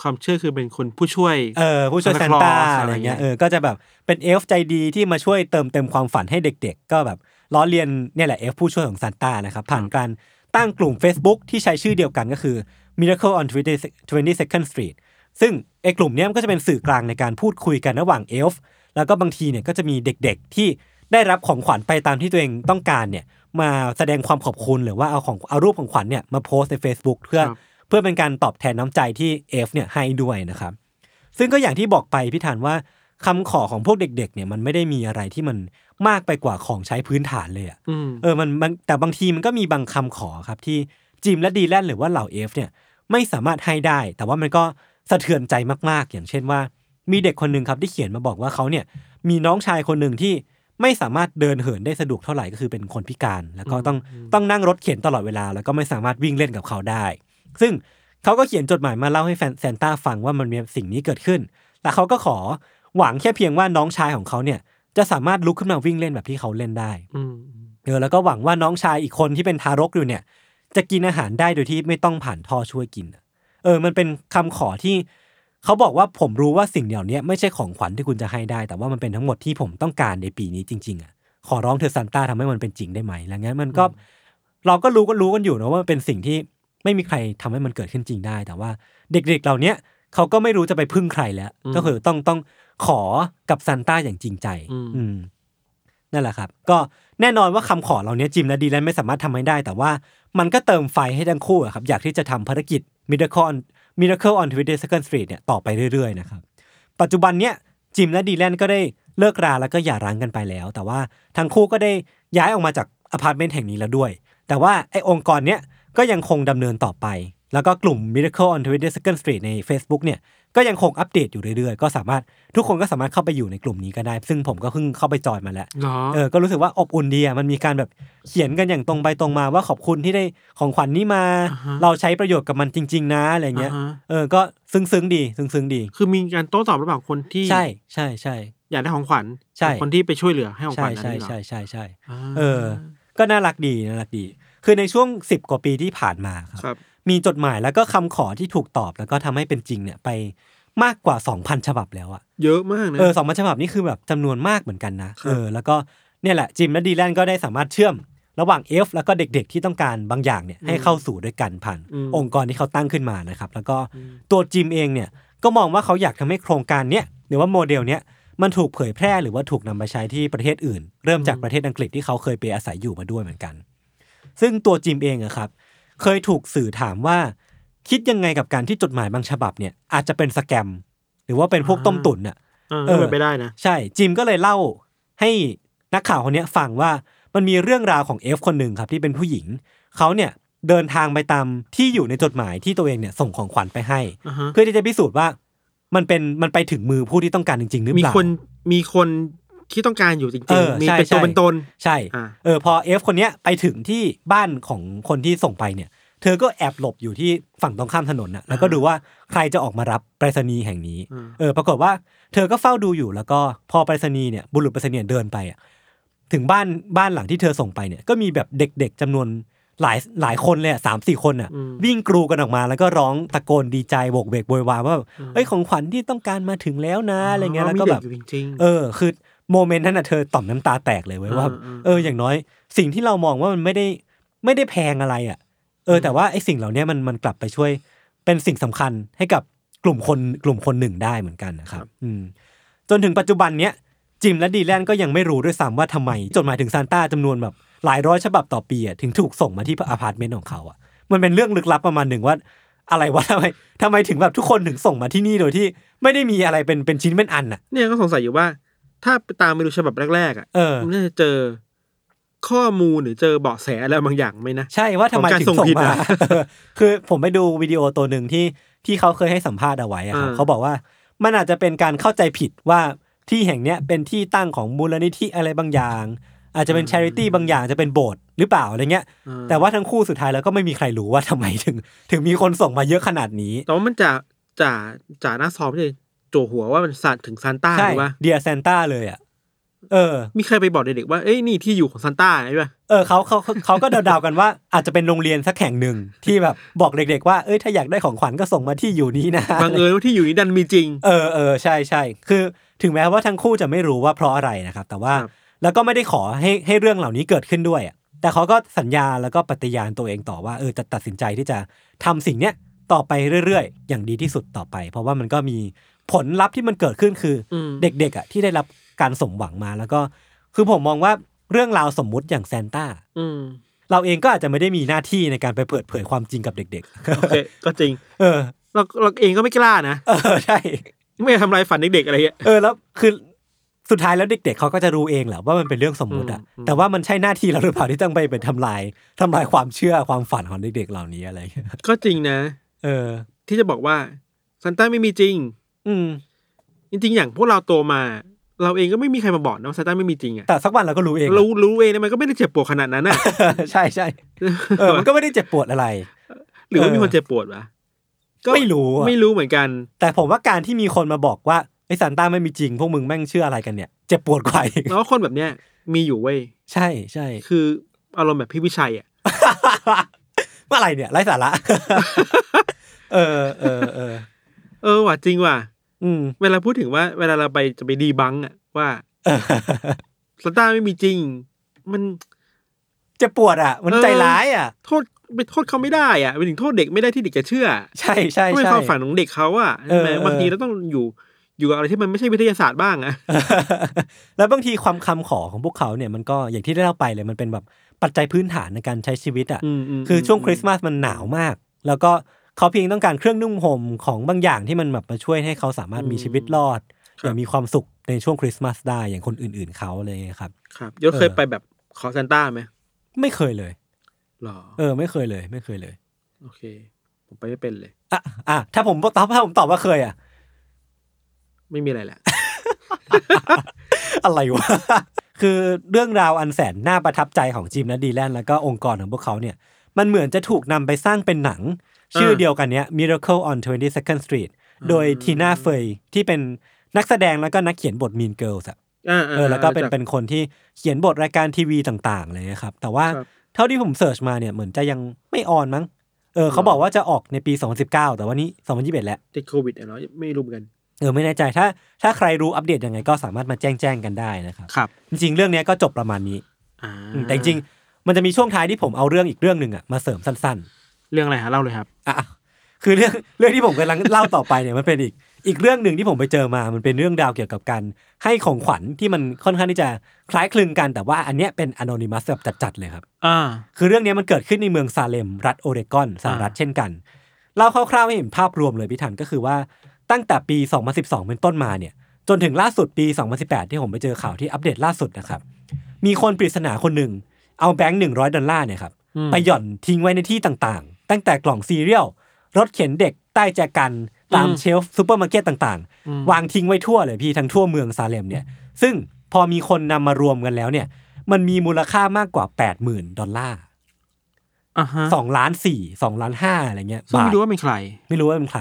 Speaker 5: ความเชื่อคือเป็นคนผู้ช่วย
Speaker 4: เออผู้ช่วยซาน
Speaker 5: Santa
Speaker 4: ต้า
Speaker 5: Claus
Speaker 4: อะไรเงี้
Speaker 5: อะไรเงี้
Speaker 4: ย
Speaker 5: ย
Speaker 4: เออก็จะแบบเป็นเอลฟ์ใจดีที่มาช่วยเติมเต็มความฝันให้เด็กๆ ก็แบบล้อเลียนเนี่ยแหละเอลฟ์ผู้ช่วยของซานต้านะครับ ผ่านการตั้งกลุ่ม Facebook ที่ใช้ชื่อเดียวกันก็คือ Miracle on 22nd Street ซึ่งไอ้กลุ่มเนี้ยมันก็จะเป็นสื่อกลางในการพูดคุยกันระหว่างเอลฟ์แล้วก็บางทีเนี่ยก็จะมีเด็กๆ ที่ได้รับของขวัญไปตามที่ตัวเองต้องการเนี่ยมาแสดงความขอบคุณหรือว่าเอาของเอารูปของขวัญเนี่ยมาโพสต์ใน Facebook เพื่อ
Speaker 5: ครับ
Speaker 4: เพื่อเป็นการตอบแทนน้ำใจที่เอฟเนี่ยให้ด้วยนะครับ ซึ่งก็อย่างที่บอกไปพี่ธันว่าคำขอของพวกเด็ก ๆ เนี่ยมันไม่ได้มีอะไรที่มันมากไปกว่าของใช้พื้นฐานเลยอะ
Speaker 5: อืม
Speaker 4: เออมันมันแต่บางทีมันก็มีบางคำขอครับที่จิมและดีแลนหรือว่าเหล่าเอฟเนี่ยไม่สามารถให้ได้ แต่ว่ามันก็สะเทือนใจมากๆ อย่างเช่นว่า มีเด็กคนหนึ่งครับที่เขียนมาบอกว่าเขาเนี่ยมีน้องชายคนหนึ่งที่ไม่สามารถเดินเหินได้สะดวกเท่าไหร่ก็คือเป็นคนพิการ แล้วก็ต้องต้องนั่งรถเข็นตลอดเวลา แล้วก็ไม่สามารถวิ่งเล่นกับเขาได้ ซึ่งเขาก็เขียนจดหมายมาเล่าให้แฟนแซนต้าฟังว่ามันมีสิ่งนี้เกิดขึ้น แต่เขาก็ขอหวังแค่เพียงว่าน้องชายของเขาเนี่ยจะสามารถลุกขึ้นมาวิ่งเล่นแบบที่เขาเล่นได้
Speaker 5: อืม
Speaker 4: เออแล้วก็หวังว่าน้องชายอีกคนที่เป็นทารกอยู่เนี่ย จะกินอาหารได้โดยที่ไม่ต้องผ่านท่อช่วยกินอะเออ มันเป็นคำขอที่ เขาบอกว่าผมรู้ว่าสิ่งเหล่านี้ไม่ใช่ของขวัญที่คุณจะให้ได้ แต่ว่ามันเป็นทั้งหมดที่ผมต้องการในปีนี้จริง ๆอ่ะขอร้องเธอซานต้าทำให้มันเป็นจริงได้ไหมแล้วงั้นมันก็ เราก็รู้ก็รู้กันอยู่นะว่ามันเป็นสิ่งที่ไม่มีใครทำให้มันเกิดขึ้นจริงได้ แต่ว่าเด็กๆเหล่าเนี้ยเขาก็ไม่รู้จะไปพึ่งใครแล้ว
Speaker 5: อืม
Speaker 4: ก็คือต้องต้องขอกับซันต้าอย่างจริงใจ
Speaker 5: อืม
Speaker 4: อืมนั่นแหละครับ ก็แน่นอนว่าคำขอเหล่าเนี้ยจิมและดีแลนไม่สามารถทำให้ได้ แต่ว่ามันก็เติมไฟให้ทั้งคู่อะครับ อยากที่จะทำภารกิจ Miracle on Miracle on 22nd Street เนี่ยต่อไปเรื่อยๆนะครับ ปัจจุบันเนี่ยจิมและดีแลนก็ได้เลิกราแล้วก็หย่าร้างกันไปแล้ว แต่ว่าทั้งคู่ก็ได้ย้ายออกมาจากอพาร์ตเมนต์แห่งนี้แล้วด้วย แต่ว่าไอ้องค์กรเนี้ยก็ยังคงดำเนินต่อไป แล้วก็กลุ่ม Miracle on 22nd Street ใน Facebook เนี่ยก็ยังคงอัปเดตอยู่เรื่อยๆ ก็สามารถทุกคนก็สามารถเข้าไปอยู่ในกลุ่มนี้ก็ได้ ซึ่งผมก็เพิ่งเข้าไปจอยมาแล้ว
Speaker 5: เหรอ
Speaker 4: เออ ก็รู้สึกว่าอบอุ่นดีอ่ะ มันมีการแบบเขียนกันอย่างตรงไปตรงมาว่าขอบคุณที่ได้ของขวัญนี้มา เราใช้ประโยชน์กับมันจริง ๆ นะอะไรเงี้ย
Speaker 5: าฮะ
Speaker 4: เออ ก็ซึ้งๆดี ซึ้งๆดี
Speaker 5: คือมีการโต้ตอบระหว่างคนที่
Speaker 4: ใช่ ใช่ ใช่
Speaker 5: อยากได้ของขวัญ
Speaker 4: ใช่
Speaker 5: กับคนที่ไปช่วยเหลือให้ของข
Speaker 4: ใช่
Speaker 5: วัญนั้น
Speaker 4: ใช่
Speaker 5: เหรอ
Speaker 4: ใช่ใช่ใช่
Speaker 5: อ่า
Speaker 4: เออ ก็น่ารักดี น่ารักดี คือในช่วง 10 กว่าปีที่ผ่านมาครับ
Speaker 5: ครับ
Speaker 4: มีจดหมายแล้วก็คำขอที่ถูกตอบแล้วก็ทำให้เป็นจริงเนี่ยไปมากกว่า 2,000 ฉบับแล้วอะ
Speaker 5: เยอะมากนะ
Speaker 4: เออสองพันฉบับนี่คือแบบจำนวนมากเหมือนกันนะ
Speaker 5: ครับ
Speaker 4: เออ แล้วก็เนี่ยแหละจิมและดีแลนก็ได้สามารถเชื่อม ระหว่างเอฟแล้วก็เด็กๆที่ต้องการบางอย่างเนี่ยให้เข้าสู่ด้วยกันผ่าน องค์กรที่เขาตั้งขึ้นมานะครับ แล้วก็ตัวจิมเองเนี่ยก็มองว่าเขาอยากทำให้โครงการเนี้ยหรือว่าโมเดลเนี้ยมันถูกเผยแพร่หรือว่าถูกนำมาใช้ที่ประเทศอื่น เริ่มจากประเทศอังกฤษที่เขาเคยไปอาศัยอยู่มาด้วยเหมือนกัน ซึ่งตัวจิมเองอะครับ เคยถูกสื่อถามว่า คิดยังไงกับการที่จดหมายบางฉบับเนี่ยอาจจะเป็นสแกม หรือว่าเป็นพวกต้มตุ๋นอะ
Speaker 5: เออ
Speaker 4: เออ
Speaker 5: เป็นไปได้นะ
Speaker 4: ใช่ จิมก็เลยเล่าให้นักข่าวคนเนี้ยฟังว่ามันมีเรื่องราวของเอฟคนหนึ่งครับที่เป็นผู้หญิง เขาเนี่ยเดินทางไปตามที่อยู่ในจดหมายที่ตัวเองเนี่ยส่งของขวัญไปให้
Speaker 5: อ่าฮะ
Speaker 4: เพื่อที่จะพิสูจน์ว่ามันเป็นมันไปถึงมือผู้ที่ต้องการจริง ๆ หรือ
Speaker 5: มี
Speaker 4: เปล่า
Speaker 5: คนมีคนที่ต้องการอยู่จ
Speaker 4: เอ
Speaker 5: ริง
Speaker 4: อ
Speaker 5: ๆ มี
Speaker 4: ใช่
Speaker 5: เป็นตัว
Speaker 4: ใช่
Speaker 5: เป็นตน
Speaker 4: ใช่
Speaker 5: อ่า
Speaker 4: เออพอเอฟคนเนี้ยไปถึงที่บ้านของคนที่ส่งไปเนี่ย เธอก็แอบหลบอยู่ที่ฝั่งตรงข้ามถนนน่ะแล้วก็ดูว่าใครจะออกมารับไปรษณีย์แห่งนี้ เออปรากฏว่าเธอก็เฝ้าดูอยู่แล้วก็พอไปรษณีย์เนี่ยบุรุษไปรษณีย์เดินไปอ่ะถึงบ้านบ้านหลังที่เธอส่งไปเนี่ยก็มีแบบเด็กๆจำนวนหลายหลายคนเลยอะสามสี่คนอ่ะวิ่งกรูกันออกมาแล้วก็ร้องตะโกนดีใจโบกเบกโวยวายว่าแบบเอ้ยของขวัญที่ต้องการมาถึงแล้วนะอะไรเงี้ยแล้วก็แบบ
Speaker 5: มีเด็อยู่จริงๆ
Speaker 4: เออคือโมเมนต์นั้นน่ะเธอต่อมน้ำตาแตกเลยเว้ยว่า
Speaker 5: อืมอืม
Speaker 4: เอออย่างน้อย สิ่งที่เรามองว่ามันไม่ได้ไม่ได้แพงอะไรอ่ะ เออ แต่ว่าไอ้สิ่งเหล่าเนี้ยมันมันกลับไปช่วยเป็นสิ่งสำคัญให้กับกลุ่มคนกลุ่มคนหนึ่งได้เหมือนกันนะครับ อืม จนถึงปัจจุบันเนี้ยจิมและดีแลนก็ยังไม่รู้ด้วยซ้ำว่าทำไม จดหมายถึงซานต้าจำนวนแบบหลายร้อยฉบับต่อปีอ่ะถึงถูกส่งมาที่อพาร์ตเมนต์ของเขาอ่ะมันเป็นเรื่องลึกลับประมาณหนึ่งว่า อะไรวะทำไมทำไมถึงแบบทุกคนถึงส่งมาที่นี่โดยที่ ไม่ได้มีอะไรเป็นเป็นชิ้นเป็นอันอ่ะ
Speaker 5: เนี่ยก็สงสัยอยู่ว่า ถ้าไปตามไปดูฉบับแรกๆอ่ะ
Speaker 4: เออ
Speaker 5: มันน่าจะเจอข้อมูลหรือเจอเบาะแสอะไรบางอย่างไหมนะ
Speaker 4: ใช่ว่าทำไมถึง
Speaker 5: ของการส่
Speaker 4: ส่
Speaker 5: ง
Speaker 4: ง
Speaker 5: ผิด
Speaker 4: มา
Speaker 5: อะ
Speaker 4: คือผมไปดูวิดีโอตัวหนึ่งที่ที่เขาเคยให้สัมภาษณ์เอาไว้อะครับ
Speaker 5: อ่า
Speaker 4: เขาบอกว่ามันอาจจะเป็นการเข้าใจผิดว่าที่แห่งเนี้ยเป็นที่ตั้งของมูลนิธิอะไรบางอย่าง อาจจะเป็นช h ริตี้บางอย่างจะเป็นโบสถ์หรือเปล่าอะไรเงี้ย แต่ว่าทั้งคู่สุดท้ายแล้วก็ไม่มีใครรู้ว่าทำไมถึง ถึงมีคนส่งมาเยอะขนาดนี้
Speaker 5: แต่ว่ามันจะจะจะหน้าซอมที่จั่วหัวว่ามันสัตว์ถึงซานต้า
Speaker 4: ใช่
Speaker 5: หรือว่า
Speaker 4: เดียแซนต้าเลยอ่ะเออ
Speaker 5: มีใครไปบอกเด็กๆว่าเอ้ยนี่ที่อยู่ของซานต้าใช่ปะ
Speaker 4: เออเขาเขาเขาเขาก็เดาๆกันว่า อาจจะเป็นโรงเรียนสักแห่งหนึ่งที่แบบบอกเด็ก ๆ ว่าเอ้ยถ้าอยากได้ของขวัญก็ส่งมาที่อยู่นี้นะ
Speaker 5: บังเอิญว่าที่อยู่นี้ดันมีจริง
Speaker 4: เออเออใช่ใช่คือถึงแม้ว่าทั้งคู่จะไม่รู้ว่าเพราะอะไรนะครับ แต่ว่า
Speaker 5: ครับ
Speaker 4: แล้วก็ไม่ได้ขอให้ให้เรื่องเหล่านี้เกิดขึ้นด้วยอะแต่เขาก็สัญญาแล้วก็ปฏิญาณตัวเองต่อว่าเออจะตัดสินใจที่จะทำสิ่งเนี้ยต่อไปเรื่อยๆ อย่างดีที่สุดต่อไป เพราะว่ามันก็มีผลลัพธ์ที่มันเกิดขึ้นคืออเด็กๆอ่ะที่ได้รับการสมหวังมาแล้วก็ คือผมมองว่าเรื่องราวสมมุติอย่างแซนต้า
Speaker 5: อืม
Speaker 4: เราเองก็อาจจะไม่ได้มีหน้าที่ในการไปเปิดเผยความจริงกับเด็ก
Speaker 5: โอเคก็จริง
Speaker 4: ๆ เออ
Speaker 5: เราเราเองก็ไม่กล้านะ
Speaker 4: เออใช่
Speaker 5: ไม่ทำลายฝันเด็กๆอะไรเงี้ย
Speaker 4: เออแล้วคือสุดท้ายแล้วเด็ก ๆเขาก็จะรู้เองแหละว่ามันเป็นเรื่องสมมุติอะแต่ว่ามันใช่หน้าที่เราหรือเปล่าที่ต้องไปเป็นทำลายทำลายความเชื่อความฝันของเด็กๆเหล่านี้อะไรเงี้ย
Speaker 5: ก็จริงนะ
Speaker 4: เออ
Speaker 5: ที่จะบอกว่าซานต้าไม่มีจริง
Speaker 4: อืม
Speaker 5: จริง ๆ อย่างพวกเราโตมา เราเองก็ไม่มีใครมาบอกนะว่าซานต้าไม่มีจริงอะ
Speaker 4: แต่สักวันเราก็รู้เอง
Speaker 5: รู้รู้เองนะมันก็ไม่ได้เจ็บปวดขนาดนั้นอะ
Speaker 4: เออ ใช่ใช่เออมันก็ไม่ได้เจ็บปวดอะไร
Speaker 5: หรือว่า
Speaker 4: เออ
Speaker 5: มีคนเจ็บปวดวะก็
Speaker 4: ไม่รู้อะ
Speaker 5: ไม่รู้เหมือนกัน
Speaker 4: แต่ผมว่าการที่มีคนมาบอกว่าไอ้ซานต้าไม่มีจริง พวกมึงแม่งเชื่ออะไรกันเนี่ยเจ็บปวดกว่าอีก
Speaker 5: แล้วคนแบบเนี้ยมีอยู่เว้ย
Speaker 4: ใช่ใช่
Speaker 5: คืออารมณ์แบบพี่วิชัยอะ
Speaker 4: ว่าอะไรเนี่ยไร้สาระ เออเออเออ
Speaker 5: เออว่ะจริงว่ะ
Speaker 4: อืม
Speaker 5: เวลาพูดถึงว่า เวลาเราไปจะไปดีบังอะว่า
Speaker 4: เออ
Speaker 5: ซานต้าไม่มีจริง มัน
Speaker 4: เจะปวดอ่ะ มันใจร้ายอ่ะ
Speaker 5: โทษไปโทษเขาไม่ได้อ่ะไปถึงโทษเด็กไม่ได้ที่เด็กจะเชื่อ
Speaker 4: ใช่ใช่
Speaker 5: ก็เป็น
Speaker 4: ใช่
Speaker 5: ความฝันของเด็กเขาอ่ะ
Speaker 4: เอ
Speaker 5: ใช่
Speaker 4: อ
Speaker 5: ไหม
Speaker 4: เออ
Speaker 5: บางทีเราต้องอยู่อยู่กับอะไรที่มันไม่ใช่วิทยาศาสตร์บ้างอ่ะ
Speaker 4: แล้วบางทีความคำขอของพวกเขาเนี่ยมันก็อย่างที่ได้เล่าไปเลยมันเป็นแบบปัจจัยพื้นฐานในการใช้ชีวิตอ่ะ
Speaker 5: มม
Speaker 4: คือช่วง
Speaker 5: ม
Speaker 4: คริสต์มาสมันหนาวมาก แล้วก็เขาเพียงต้องการเครื่องนุ่งห่มของบางอย่างที่มันแบบมาช่วยให้เขาสามารถมีชีวิตรอดอย่างมีความสุขในช่วงคริสต์มาสได้อย่างคนอื่น ๆเขาอะไรอย่างเลยครับ
Speaker 5: ครับยศเคย
Speaker 4: เออ
Speaker 5: ไปแบบขอซานต้าไหม
Speaker 4: ไม่เคยเลย
Speaker 5: หรอ
Speaker 4: เออ ไม่เคยเลย ไม่เคยเลย
Speaker 5: โอเค ผมไปไม่เป็นเลย
Speaker 4: อ่ะอ่ะถ้าผมตอบถ้าผมตอบว่าเคยอ่ะ
Speaker 5: ไม่มีอะไรแหละ
Speaker 4: อะไรวะ คือเรื่องราวอันแสนน่าประทับใจของจิมและดีแลนแล้วก็องค์กรของพวกเขาเนี่ย มันเหมือนจะถูกนำไปสร้างเป็นหนัง ชื่อเดียวกันเนี้ย Miracle on 22nd Street โดยทีน่าเฟยที่เป็นนักแสดงแล้วก็นักเขียนบท Mean Girls อะ
Speaker 5: อ่า
Speaker 4: เออแล้วก็เป็น
Speaker 5: จาก
Speaker 4: เป็นคนที่เขียนบทรายการทีวีต่างๆเลยนะครับ แต่ว่า
Speaker 5: ครับ
Speaker 4: เท่าที่ผมเสิร์ชมาเนี่ยเหมือนจะยังไม่ออนมั้งเออเขา
Speaker 5: หรอ
Speaker 4: บอกว่าจะออกในปี 2019 แต่ว่านี้ 2021 แล้ว
Speaker 5: ติดโควิดอะเนาะไม่รู้เหมือนกัน
Speaker 4: เออไม่แน่ใจถ้าถ้าใครรู้อัปเดตยังไงก็สามารถมาแจ้งแจ้งๆกันได้นะครับ
Speaker 5: ครับ
Speaker 4: จริงๆ เรื่องเนี้ยก็จบประมาณนี้
Speaker 5: อ่า
Speaker 4: อืมแต่จริงๆ มันจะมีช่วงท้ายที่ผมเอาเรื่องอีกเรื่องหนึ่งอะมาเสริมสั้น
Speaker 5: เรื่องอะไรฮะเล่าเลยครับ
Speaker 4: ๆอ่ะอ่ะคือเรื่อง เรื่องที่ผมกำลังเล่าต่อไปเนี่ยมันเป็นอีกอีกเรื่องหนึ่งที่ผมไปเจอมา มันเป็นเรื่องราวเกี่ยวกับการให้ของขวัญที่มันค่อนข้างที่จะคล้ายคลึงกันแต่ว่าอันเนี้ยเป็นอนอนิมัสแบบจัดๆเลยครับ
Speaker 5: อ่า
Speaker 4: คือเรื่องเนี้ยมันเกิดขึ้นในเมืองซาเลม รัฐโอเรกอนสหรัฐ
Speaker 5: อ่า
Speaker 4: เช่นกันเล่าคร่าวๆให้เห็นภาพรวมเลยพี่ทันก็คือว่าตั้งแต่ปี 2012 เป็นต้นมาเนี่ย จนถึงล่าสุดปี 2018 ที่ผมไปเจอข่าวที่อัปเดตล่าสุดนะครับ มีคนปริศนาคนหนึ่งเอาแบงค์100 ดอลลาร์เนี่ยครับ
Speaker 5: อืม
Speaker 4: ไปหย่อนทิ้งไว้ในที่ต่างๆ ตั้งแต่กล่องซีเรียลรถเข็นเด็กใต้แจกันตาม
Speaker 5: อืม
Speaker 4: เชลฟ์ซูเปอร์มาร์เก็ตต่าง
Speaker 5: อืม
Speaker 4: ๆ วางทิ้งไว้ทั่วเลยพี่ทั้งทั่วเมืองซาเลมเนี่ย ซึ่งพอมีคนนำมารวมกันแล้วเนี่ย มันมีมูลค่ามากกว่า 80,000 ดอลลาร์
Speaker 5: อ่าฮะ
Speaker 4: สองล้านสี่สองล้านห้าอะไรเงี้ย
Speaker 5: ซึ่ง
Speaker 4: บาท
Speaker 5: ไม่รู้ว่าเป็นใคร
Speaker 4: ไม่รู้ว่าเป็นใคร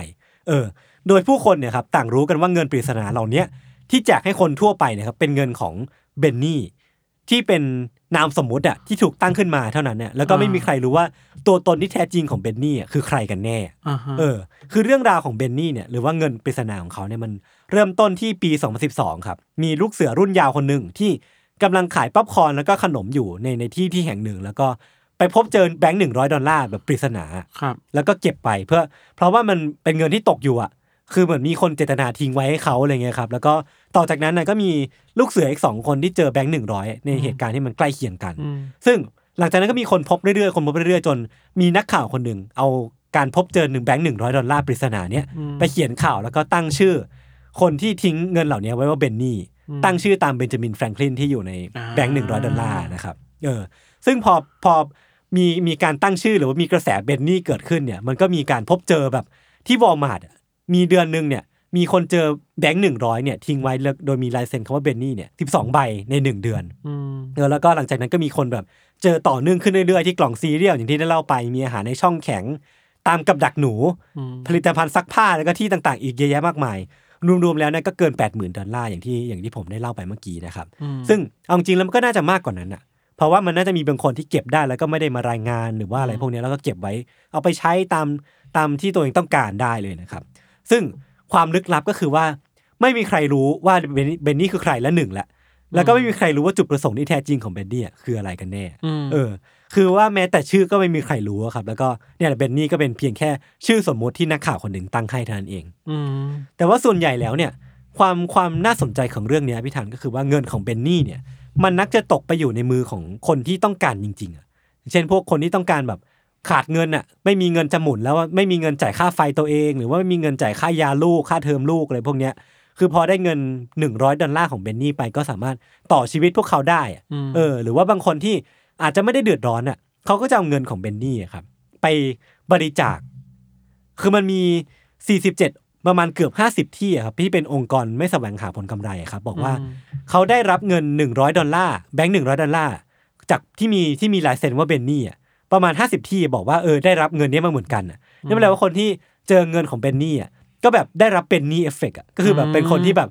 Speaker 4: เออ โดยผู้คนเนี่ยครับต่างรู้กันว่าเงินปริศนาเหล่าเนี้ยที่แจกให้คนทั่วไปเนะครับเป็นเงินของเบนนี่ที่เป็นนามสมมุติอะที่ถูกตั้งขึ้นมาเท่านั้นเนี่ยแล้วก็ไม่
Speaker 5: อ่ามี
Speaker 4: มีใครรู้ว่าตัวตนที่แท้จริงของเบนนี่อะคือใครกันแน่
Speaker 5: อ่าฮะ
Speaker 4: เออ คือเรื่องราวของเบนนี่เนี่ยหรือว่าเงินปริศนาของเขาเนี่ยมันเริ่มต้นที่ปี 2012 ครับ มีลูกเสือรุ่นยาวคนหนึ่งที่กำลังขายป๊อปคอร์นแล้วก็ขนมอยู่ในในที่ที่แห่งหนึ่ง แล้วก็ไปพบเจอแบงค์หนึ่งร้อยดอลลาร์แบบปริศนา
Speaker 5: ครับ
Speaker 4: แล้วก็เก็บไปเพื่อ เพราะว่ามันเป็นเงินที่ตกอยู่อ่ะ คือเหมือนมีคนเจตนาทิ้งไว้ให้เขาอะไรเงี้ยครับ แล้วก็ต่อจากนั้นนะก็มีลูกเสืออีกสองคนที่เจอแบงค์หนึ่งร้อยในเหตุการณ์ที่มันใกล้เคียงกัน
Speaker 5: อืม
Speaker 4: ซึ่งหลังจากนั้นก็มีคนพบเรื่อยๆ คนพบเรื่อยๆ จนมีนักข่าวคนหนึ่งเอาการพบเจอหนึ่งแบงค์หนึ่งร้อยดอลลาร์ปริศนาเนี่ย
Speaker 5: อืม
Speaker 4: ไปเขียนข่าวแล้วก็ตั้งชื่อ คนที่ทิ้งเงินเหล่านี้ไว้ว่าเบนนี่
Speaker 5: อืม
Speaker 4: ตั้งชื่อตามเบนจามินแฟรงคลินที่อยู่ใน
Speaker 5: อ่า
Speaker 4: แบงค์หนึ่งร้อยดอลลาร์นะครับเออซึ่งพอพอมีมีการตั้งชื่อหรือว่ามีกระแสเบนนี่เกิดขึ้นเนี่ยมันก็มีการพบเจอแบบที่วอลมาร์ทมีเดือนหนึ่งเนี่ยมีคนเจอแบงค์หนึ่งร้อยเนี่ยทิ้งไว้แล้วโดยมีลายเซ็นคำว่าเบนนี่เนี่ยสิบสองใบในหนึ่งเดือน
Speaker 5: อืม
Speaker 4: เออแล้วก็หลังจากนั้นก็มีคนแบบเจอต่อเนื่องขึ้นเรื่อยๆ ที่กล่องซีเรียลอย่างที่ได้เล่าไปมีอาหารในช่องแข็ง ตามกับดักหนู
Speaker 5: อืม
Speaker 4: ผลิตภัณฑ์ซักผ้าแล้วก็ที่ต่างๆ อีกเยอะแยะมากมาย รวมๆแล้วเนั่นก็เกิน 8 0,000 ดอลลาร์อย่างที่อย่างที่ผมได้เล่าไปเมื่อกี้นะครับ
Speaker 5: อืม
Speaker 4: ซึ่งเอาจริงแล้วมันก็น่าจะมากกว่านั้นอ่ะ เพราะว่ามันน่าจะมีบางคนที่เก็บได้แล้วก็ไม่ได้มารายงานหรือว่าอะไรพวกเนี้ยแล้วก็เก็บไว้ เอาไปใช้ตามตามที่ตัวเองต้องการได้เลยนะครับ ซึ่งความลึกลับก็คือว่า ไม่มีใครรู้ว่าเบนเบนนี่คือใครและหนึ่งละแล้วก็ไม่มีใครรู้ว่าจุดประสงค์ที่แท้จริงของเบนนี่อะคืออะไรกันแน่
Speaker 5: อืม
Speaker 4: เออ คือว่าแม้แต่ชื่อก็ไม่มีใครรู้อะครับ แล้วก็เนี่ยแหละเบนนี่ก็เป็นเพียงแค่ชื่อสมมุติที่นักข่าวคนหนึ่งตั้งให้เท่านั้นเอง
Speaker 5: อืม
Speaker 4: แต่ว่าส่วนใหญ่แล้วเนี่ยความความน่าสนใจของเรื่องเนี้ยพี่ธันก็คือว่าเงินของเบนนี่เนี่ยมันนักจะตกไปอยู่ในมือของคนที่ต้องการจริงๆอ่ะเช่นพวกคนที่ต้องการแบบขาดเงินอ่ะไม่มีเงินจะหมุนแล้วอะไม่มีเงินจ่ายค่าไฟตัวเอง หรือว่าไม่มีเงินจ่ายค่ายาลูกค่าเทอมลูกอะไรพวกเนี้ยคือพอได้เงิน 100ดอลลาร์ของเบนนี่ไปก็สามารถต่อชีวิตพวกเขาได้อะ
Speaker 5: อืม
Speaker 4: เออหรือว่าบางคนที่อาจจะไม่ได้เดือดร้อนอ่ะเขาก็จะเอาเงินของเบนนี่อะครับ ไปบริจาค คือมันมี 47 ประมาณเกือบ 50 ที่อะครับที่เป็นองค์กรไม่แสวงหาผลกำไรอะครับ บอกว่าเขาได้รับเงิน 100 ดอลลาร์แบงค์100 ดอลลาร์จากที่มีที่มีลายเซ็นว่าเบนนี่อะประมาณ 50 ที่บอกว่าเออได้รับเงินเนี้ยมาเหมือนกันอะนั่นแปลว่าคนที่เจอเงินของเบนนี่อะก็แบบได้รับเบนนี่เอฟเฟกต์อะก็คือแบบเป็นคนที่แบบ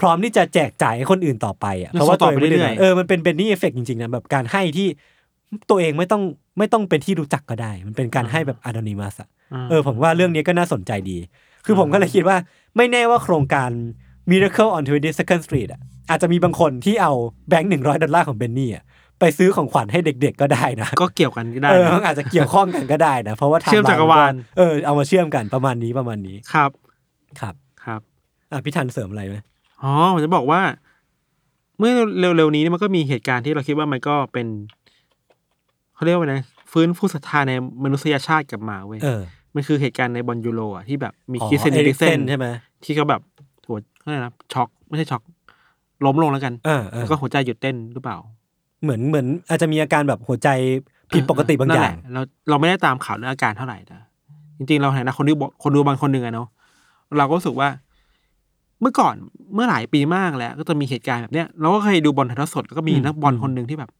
Speaker 4: พร้อมที่จะแจกจ่ายให้คนอื่นต่อไปอะ เพราะว่าตัวเองไม่ได้เออมันเป็นเบนนี่เอฟเฟกจริงๆนะแบบการให้ที่ตัวเองไม่ต้องไม่ต้องเป็นที่รู้จักก็ได้ มันเป็นการให้แบบอนอนิมัสอะ
Speaker 5: ม
Speaker 4: เออผมว่าเรื่องนี้ก็น่าสนใจดี คือผมก็เลยคิดว่าไม่แน่ว่าโครงการ Miracle on 22nd Street อ่ะอาจจะมีบางคนที่เอาแบงค์หนึ่งร้อยดอลลาร์ของเบนนี่อะไป ไปซื้อของขวัญให้เด็ก ๆ ก็ได้นะ
Speaker 5: ก็เกี่ยวกันก็ได้
Speaker 4: เออ
Speaker 5: นะ
Speaker 4: มันอาจจะเกี่ยวข้องกันก็ได้นะ เพราะว่าไท
Speaker 5: เชื่อมจักรวาล
Speaker 4: เออเอามาเชื่อมกันประมาณนี้ประมาณนี้
Speaker 5: ครับ
Speaker 4: ครับ
Speaker 5: ครับ
Speaker 4: อ่ะพี่ทันเสริมอะไรไหม
Speaker 5: อ๋อผมจะบอกว่า เมื่อเร็วๆนี้เนี่ยมันก็มีเหตุการณ์ที่เราคิดว่ามันก็เป็นเขาเรียกว่าไงฟื้นฟูศรัทธาในมนุษยชาติกลับมาเว้ย
Speaker 4: เออ
Speaker 5: มันคือเหตุการณ์ในบอลยูโรอ่ะที่แบบมี
Speaker 4: อ๋อ
Speaker 5: คริสเซน
Speaker 4: เอ
Speaker 5: เดิ
Speaker 4: ริก
Speaker 5: เซ
Speaker 4: เซ
Speaker 5: น
Speaker 4: นใช่ไหม
Speaker 5: ที่เขาแบบโหเขาเรียกอะไรนะช็อกไม่ใช่ช็อกล้มลงแล้วกัน
Speaker 4: เออเออ
Speaker 5: แล้วก็หัวใจหยุดเต้นหรือเปล่า
Speaker 4: เหมือนเหมือนอาจจะมีอาการแบบหัวใจผิดปกติบางอย่าง
Speaker 5: นั่นแหละเราเราไม่ได้ตามข่าวเรื่องอาการเท่าไหร่นะจริงๆเราในฐานะคนดูคนดูบางคนหนึ่งอะเนาะเราก็รู้สึกว่า เมื่อก่อนเมื่อหลายปีมากแล้ว ก็จะมีเหตุการณ์แบบเนี้ยเราก็เคยดูบอลถ่ายทอดสดแล้วก็มี
Speaker 4: อืม
Speaker 5: นักบอล
Speaker 4: อืม
Speaker 5: คนหนึ่งที่แบบ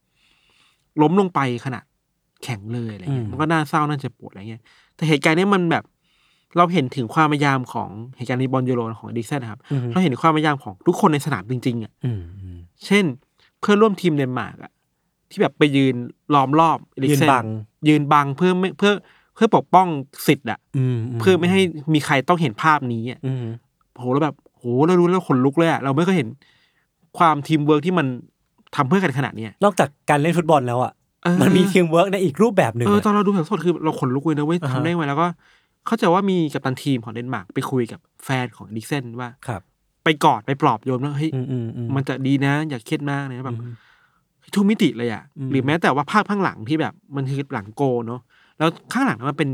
Speaker 5: ล้มลงไปขนาดแข็งเลยอะไรเงี้ย
Speaker 4: อืม
Speaker 5: มันก็น่าเศร้าน่าเจ็บปวดอะไรเงี้ย แต่เหตุการณ์เนี้ยมันแบบ เราเห็นถึงความพยายามของเหตุการณ์ในบอลยูโรของอดิสันนะครับ
Speaker 4: อืม
Speaker 5: เราเห็นถึงความพยายามของทุกคนในสนามจริงๆอ่ะ
Speaker 4: อืมอืม
Speaker 5: เช่น เพื่อนร่วมทีมเดนมาร์กอะที่แบบไปยืนล้อมรอบเอลิ
Speaker 4: ยื
Speaker 5: ก
Speaker 4: น
Speaker 5: เซน
Speaker 4: บัง
Speaker 5: ยืนบังเพื่อไม่เพื่อเพื่อปกป้องสิทธิ์อะ
Speaker 4: ม
Speaker 5: เพื่อไม่ให้มีใครต้องเห็นภาพนี้อะ
Speaker 4: อืม
Speaker 5: โหแล้วแบบโหเรารู้แล้วขนลุกเลยอะเราไม่เคยเห็นความทีมเวิร์กที่มันทำเพื่อกันขนาดเนี้ย
Speaker 4: นอกจากการเล่นฟุตบอลแล้วอ่ะ
Speaker 5: เออ
Speaker 4: มันมีทีมเวิร์กในอีกรูปแบบหนึ่ง
Speaker 5: เออตอ
Speaker 4: อะ
Speaker 5: นเราดูแบบสดคือเราขนลุกเลยนะเว้ย
Speaker 4: อ่าฮะ
Speaker 5: ทำได้ไงแล้วก็ เข้าใจว่ามีกัปตันทีมของเดนมาร์กไปคุยกับแฟนของเอลิกเซนว่า
Speaker 4: ครับ
Speaker 5: ไปกอดไปปลอบโยมแล้วเฮ้ย
Speaker 4: อืมอืมอืม
Speaker 5: มันจะดีนะอย่าเครียดมากนะแบบ
Speaker 4: อืม
Speaker 5: ทุกมิติเลยอะ่ะ
Speaker 4: อืม
Speaker 5: หรือแม้แต่ว่าภาพข้างหลังที่แบบ มันคือหลังโกลเนาะแล้วข้างหลังมันเป็น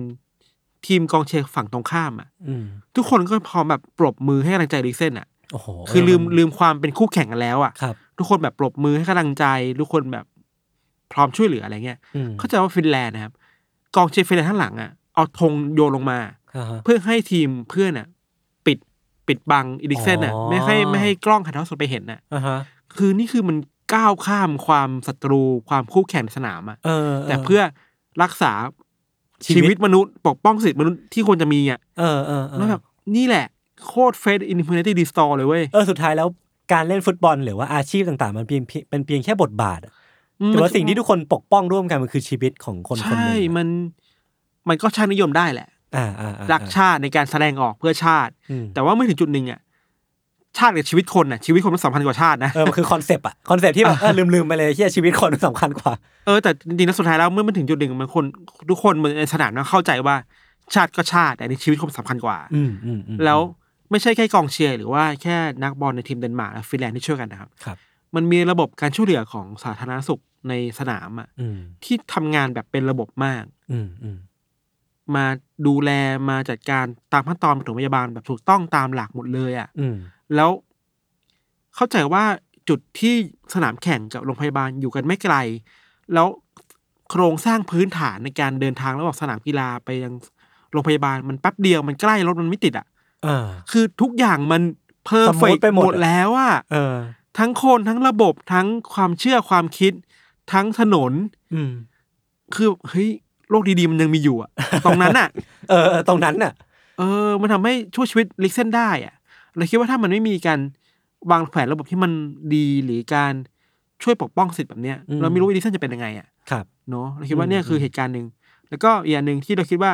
Speaker 5: ทีมกองเชียร์ฝั่งตรงข้ามอะ่ะ
Speaker 4: อืม
Speaker 5: ทุกคนก็พร้อมแบบปรบมือให้กำลังใจลิกเซนอะ่ะ
Speaker 4: โอ้โห
Speaker 5: คือลืม
Speaker 4: น
Speaker 5: ลืมความเป็นคู่แข่งกันแล้วอะ่ะ
Speaker 4: ครับ
Speaker 5: ทุกคนแบบปรบมือให้กำลังใจ ทุกคนแบบพร้อมช่วยเหลืออะไรเงี้ย
Speaker 4: อืม
Speaker 5: เข้าใจว่าฟินแลนด์นะครับ กองเชียร์ฟินแลนด์ข้างหลังอะ่ะเอาธงโยนลงมา
Speaker 4: อ่าฮะ
Speaker 5: เพื่อให้ทีมเพื่อนอะ่ะ ปิดปิดบังอิลิกเซนอ่ะ
Speaker 4: อ๋อ
Speaker 5: ไม่ให้ไม่ให้กล้องถ่ายทอดสดไปเห็นอ่ะ
Speaker 4: อ่าฮะ
Speaker 5: คือนี่คือมันก้าวข้ามความศัตรูความคู่แข่งในสนามอะ
Speaker 4: เออ
Speaker 5: แต่เพื่อรักษา
Speaker 4: ชีวิต
Speaker 5: ชีวิตมนุษย์ ปกป้องสิทธิมนุษย์ที่ควรจะมีอะ
Speaker 4: เออเออเออ
Speaker 5: แล้วแบบนี่แหละ โคตรเฟสอินฟินิตี้ดีสตอร์เลยเว้ย
Speaker 4: เออสุดท้ายแล้วการเล่นฟุตบอลหรือว่าอาชีพต่างๆ มันเพียงเพียงเป็นเพียงแค่บทบาทอะ
Speaker 5: อืม
Speaker 4: แต่ว่าสิ่งที่ทุกคนปกป้องร่วมกันมันคือชีวิตของคนคนห
Speaker 5: ใช่
Speaker 4: นึ่งอะ
Speaker 5: มัน มันก็ชาตินิยมได้แหละ
Speaker 4: อ่าอ่าอ่า
Speaker 5: รักชาติในการแสดงออกเพื่อชาติ
Speaker 4: อืม
Speaker 5: แต่ว่าเมื่อถึงจุดหนึ่งอะชาติกับชีวิตคนน่ะชีวิตคนมันสำคัญกว่าชาตินะ
Speaker 4: เออมันคือคอนเซปต์อะคอนเซปต์ที่แบบเออลืมลืมไปเลยที่ชีวิตคนมันสำคัญกว่า
Speaker 5: เออแต่จริงๆแล้วสุดท้ายแล้วเมื่อมันถึงจุดหนึ่งมันคนทุกคนมันในสนามมันเข้าใจว่าชาติก็ชาติ แต่ในชีวิตคนสำคัญกว่า
Speaker 4: อืมอืมอืม
Speaker 5: แล้วไม่ใช่แค่กองเชียร์หรือว่าแค่นักบอลในทีมเดนมาร์กและฟินแลนด์ที่ช่วยกันนะครับ
Speaker 4: ครับ
Speaker 5: มันมีระบบการช่วยเหลือของสาธารณสุขในสนามอะ
Speaker 4: อืม
Speaker 5: ที่ทำงานแบบเป็นระบบมาก
Speaker 4: อืมอืม
Speaker 5: มาดูแลมาจัดการตามขั้นตอนปฐมพยาบาลแบบถูกต้องตามหลักหมดเลยอะ
Speaker 4: อืม
Speaker 5: แล้วเข้าใจว่าจุดที่สนามแข่งกับโรงพยาบาลอยู่กันไม่ไกล แล้วโครงสร้างพื้นฐานในการเดินทางระหว่างสนามกีฬาไปยังโรงพยาบาลมันแป๊บเดียวมันใกล้รถมันไม่ติดอะ
Speaker 4: อ่า
Speaker 5: คือทุกอย่างมันเพอร์เฟ
Speaker 4: สมมุ
Speaker 5: ก
Speaker 4: ติไปหมด
Speaker 5: หมดแล้วอะ
Speaker 4: เออ
Speaker 5: ทั้งคนทั้งระบบทั้งความเชื่อความคิด ทั้งถนน
Speaker 4: อืม
Speaker 5: คือเฮ้ยโลกดีๆ มันยังมีอยู่ อะ ตรงนั้นอะ
Speaker 4: เออเออตรงนั้นน่ะ
Speaker 5: เออ มันทำให้ช่วยชีวิตลิกเส้นได้อะเราคิดว่าถ้ามันไม่มีการวางแผนระบบที่มันดีหรือการช่วยปกป้องสิทธิ์แบบเนี้ย
Speaker 4: อืม
Speaker 5: เราไม่รู้ว่าลิกเส้นจะเป็นยังไงอะ
Speaker 4: ครับ
Speaker 5: เนาะเราคิดว่า
Speaker 4: อืม
Speaker 5: เนี่ยคือเหตุการณ์หนึ่งแล้วก็อีกอย่างหนึ่งที่เราคิดว่า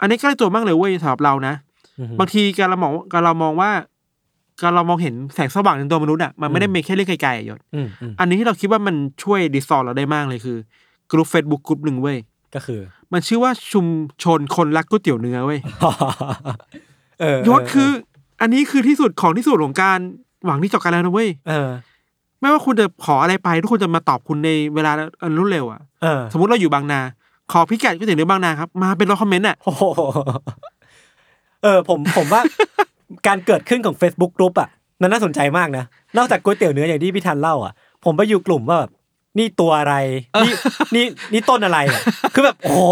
Speaker 5: อันนี้ใกล้ตัวมากเลยเว้ยสำหรับเรานะ
Speaker 4: อืม
Speaker 5: บางทีการเรามองการเรามองว่า การเรามองเห็นแสงสว่างในตัวมนุษย์อ่ะมันไม่ได้
Speaker 4: อืม
Speaker 5: มีแค่เรื่องไกลๆอะยศ
Speaker 4: อืมอืม
Speaker 5: อันนี้ที่เราคิดว่ามันช่วยดิสซอลเราได้มากเลยคือกลุ่มเฟซบุ๊กกลุ่มหนึ่งเว้ย
Speaker 4: ก็คือ
Speaker 5: มันชื่อว่าชุมชนคนรักก๋วยเตี๋ยวเนื้อเว้ย
Speaker 4: เออย
Speaker 5: ศคือ อันนี้คือที่สุดของที่สุดของการหวังที่จบกันแล้วนะเว้ย
Speaker 4: เออ
Speaker 5: ไม่ว่าคุณจะขออะไรไปทุกคนจะมาตอบคุณในเวลาอันรวดเร็วอ่ะ
Speaker 4: เออ
Speaker 5: สมมติเราอยู่บางนา ขอพิกัดก๋วยเตี๋ยวเนื้อบางนาครับมาเป็นร้อยคอมเมนต์อ่ะ
Speaker 4: โอ้โหเออ ผมผมว่า การเกิดขึ้นของ Facebook กลุ่มอ่ะมันน่าสนใจมากนะ นอกจากก๋วยเตี๋ยวเนื้ออย่างที่พี่ทันเล่าอ่ะ ผมไปอยู่กลุ่มว่าแบบนี่ตัวอะไร นี่นี่นี่ต้นอะไรอะคือแบบ โอ้โห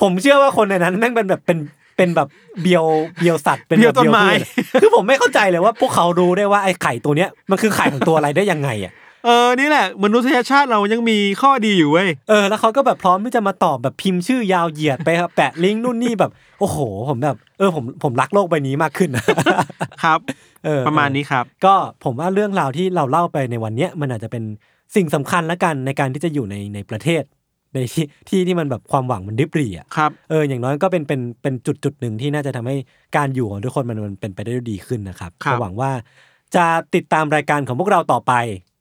Speaker 4: ผมเชื่อว่าคนในนั้นแม่งเป็นแบบเป็นเป็นแบบเบียวเบียวสัตว์เป็น
Speaker 5: เดียว
Speaker 4: แบบ
Speaker 5: ต้นไม้
Speaker 4: พืชอะคือผมไม่เข้าใจเลยว่าพวกเขารู้ได้ว่าไอ้ไข่ตัวเนี้ยมันคือไข่ของตัวอะไรได้ยังไงอ่ะ
Speaker 5: เออนี่แหละมนุษยชาติเรายังมีข้อดีอยู่เว้ย
Speaker 4: เออแล้วเขาก็แบบพร้อมที่จะมาตอบแบบพิมพ์ชื่อยาวเหยียดไปครับแปะลิงก์นู่นนี่แบบ โอ้โห ผมแบบ เออผมผมรักโลกใบนี้มากขึ้น
Speaker 5: ครับ
Speaker 4: เออ
Speaker 5: ประมาณนี้ครับ
Speaker 4: ก็ผมว่าเรื่องราวที่เราเล่าไปในวันเนี้ยมันอาจจะเป็นสิ่งสำคัญละกันในการที่จะอยู่ในในประเทศ ในที่ที่ที่มันแบบความหวังมันริบหรี่อ่ะ
Speaker 5: ครับ
Speaker 4: เอออย่างน้อยก็เป็นเป็นเป็นจุดจุดหนึ่งที่น่าจะทำให้การอยู่ของทุกคนมันมันเป็นไปได้ด้วยดีขึ้นนะครับ
Speaker 5: ครับ
Speaker 4: ก็หวังว่าจะติดตามรายการของพวกเราต่อไป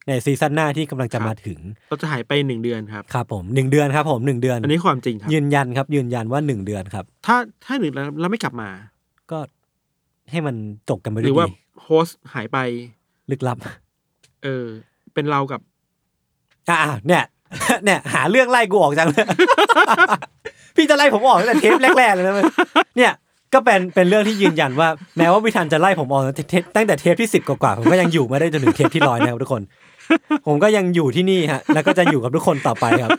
Speaker 4: ในซีซั่นหน้าที่กำลังจะ
Speaker 5: ครับ
Speaker 4: มาถึง
Speaker 5: เราจะหายไปหนึ่งเดือนครับ
Speaker 4: ครับผมหนึ่งเดือนครับผมหนึ่งเดือน
Speaker 5: อันนี้ความจริงครับ
Speaker 4: ยืนยันครับ ยืนยันว่าหนึ่งเดือนครับ
Speaker 5: ถ้าถ้าหนึ่งแล้วแล้วไม่กลับมา
Speaker 4: ก็ให้มันจบกันไป
Speaker 5: ห
Speaker 4: ด้
Speaker 5: รื
Speaker 4: ว
Speaker 5: อย ว่า
Speaker 4: ดี
Speaker 5: โฮสต์หายไป
Speaker 4: ลึกลับ
Speaker 5: เออ เป็นเรากับ
Speaker 4: อ่าเนี่ย เนี่ย หาเรื่องไล่กูออกจังเลย พี่จะไล่ผมออกตั้งแต่เทปแรกๆเลยนะเว้ย เนี่ยก็เป็นเป็นเรื่องที่ยืนยันว่าแม้ว่าวิธันจะไล่ผมออกตั้งแต่เทปตั้งแต่เทปที่สิบกว่าๆผมก็ยังอยู่มาได้จนถึงเทปที่ร้อยนะครับทุกคน ผมก็ยังอยู่ที่นี่ฮะ แล้วก็จะอยู่กับทุกคนต่อไปครับ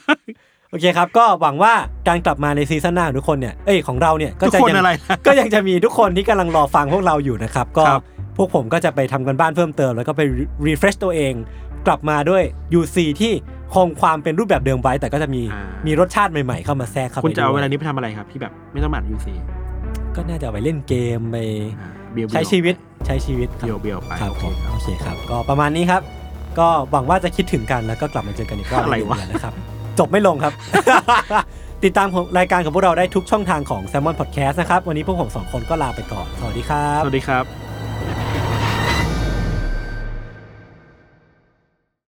Speaker 4: โอเคครับ ก็หวังว่าการกลับมาในซีซั่นหน้าของทุกคนเนี่ยเอ้ยของเราเนี่ยก็
Speaker 5: ทุก
Speaker 4: จะ
Speaker 5: คน
Speaker 4: ยัง
Speaker 5: อะไร
Speaker 4: ก็ยังจะมีทุกคนที่กำลังรอฟังพวกเราอยู่นะครับ ก็
Speaker 5: ครับ
Speaker 4: พวกผมก็จะไปทำกันบ้านเพิ่มเติม แล้วก็ไปรีเฟรชตัวเอง กลับมาด้วย UC ที่คงความเป็นรูปแบบเดิมไว้ แต่ก็จะมี
Speaker 5: อ่ามี
Speaker 4: มีรสชาติใหม่ๆเข้ามาแทรกเข้าไป
Speaker 5: คุณจะเอาเว
Speaker 4: ด้ว
Speaker 5: ลา
Speaker 4: ย
Speaker 5: นี้ไปทำอะไรครับ ที่แบบไม่ต้องมาอยู่ซี
Speaker 4: ก็น่าจะเอาไปเล่นเกมไป
Speaker 5: เบียวๆ
Speaker 4: ใช้ชีวิตใช้ชีวิตค
Speaker 5: เบีย
Speaker 4: รั
Speaker 5: ว
Speaker 4: บ
Speaker 5: เบียวๆไป
Speaker 4: ครับ
Speaker 5: โอ
Speaker 4: ผ
Speaker 5: เค
Speaker 4: ม
Speaker 5: ครับ
Speaker 4: โอเคครับ ก็ประมาณนี้ครับ ก็หวังว่าจะคิดถึงกันแล้วก็กลับมาเจอกันอีกรอบ
Speaker 5: อะไร
Speaker 4: ใน
Speaker 5: วะ
Speaker 4: เดือนนะครับ จบไม่ลงครับ ติดตามของรายการของพวกเราได้ทุกช่องทางของ s ซ l m o n Podcast นะครับ วันนี้พวกผมสองคนก็ลาไปก่อน สวัสดีครับ
Speaker 5: สวัสดีครับ